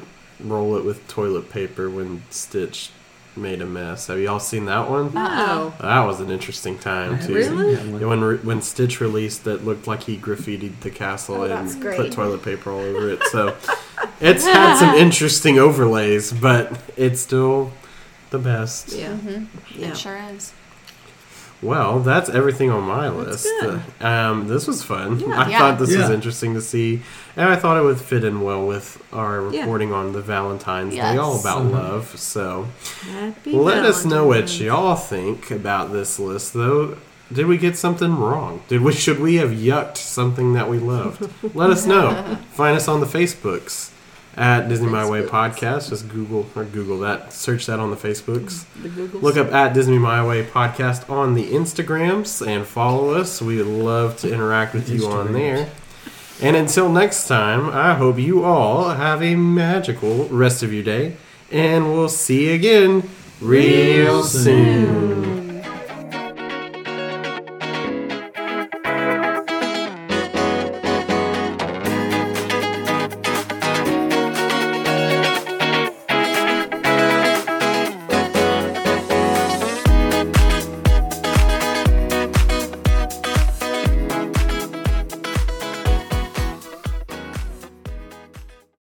[SPEAKER 1] roll it with toilet paper when Stitch made a mess. Have y'all seen that one?
[SPEAKER 5] Oh.
[SPEAKER 1] That was an interesting time too.
[SPEAKER 5] Really?
[SPEAKER 1] When re- when Stitch released that looked like he graffitied the
[SPEAKER 5] Oh,
[SPEAKER 1] castle
[SPEAKER 2] that's
[SPEAKER 1] and
[SPEAKER 2] great.
[SPEAKER 1] put toilet paper all over it. So it's had some interesting overlays, but it's still the best.
[SPEAKER 5] Yeah. Yeah.
[SPEAKER 2] Mm-hmm. It sure is.
[SPEAKER 1] Well, that's everything on my list.
[SPEAKER 5] good.
[SPEAKER 1] Uh, Um, this was fun.
[SPEAKER 5] Yeah.
[SPEAKER 1] I
[SPEAKER 2] Yeah.
[SPEAKER 1] thought this was
[SPEAKER 3] Yeah.
[SPEAKER 1] interesting to see, and I thought it would fit in well with our
[SPEAKER 5] Yeah.
[SPEAKER 1] reporting on the Valentine's Day,
[SPEAKER 2] Yes.
[SPEAKER 1] all about
[SPEAKER 3] Mhm.
[SPEAKER 1] love. So
[SPEAKER 5] Happy
[SPEAKER 1] let us know what
[SPEAKER 5] Valentine's.
[SPEAKER 1] y'all think about this list, though. Did we get something wrong? Did we should we have yucked something that we loved? Let us know. Find us on the Facebooks at Disney My Way
[SPEAKER 5] Facebooks.
[SPEAKER 1] Podcast. Just Google or Google that. Search that on the Facebooks.
[SPEAKER 5] The Google.
[SPEAKER 1] Look up at Disney My Way podcast on the Instagrams and follow us. We would love to interact with you on
[SPEAKER 3] Instagrams.
[SPEAKER 1] there. And until next time, I hope you all have a magical rest of your day, and we'll see you again real soon.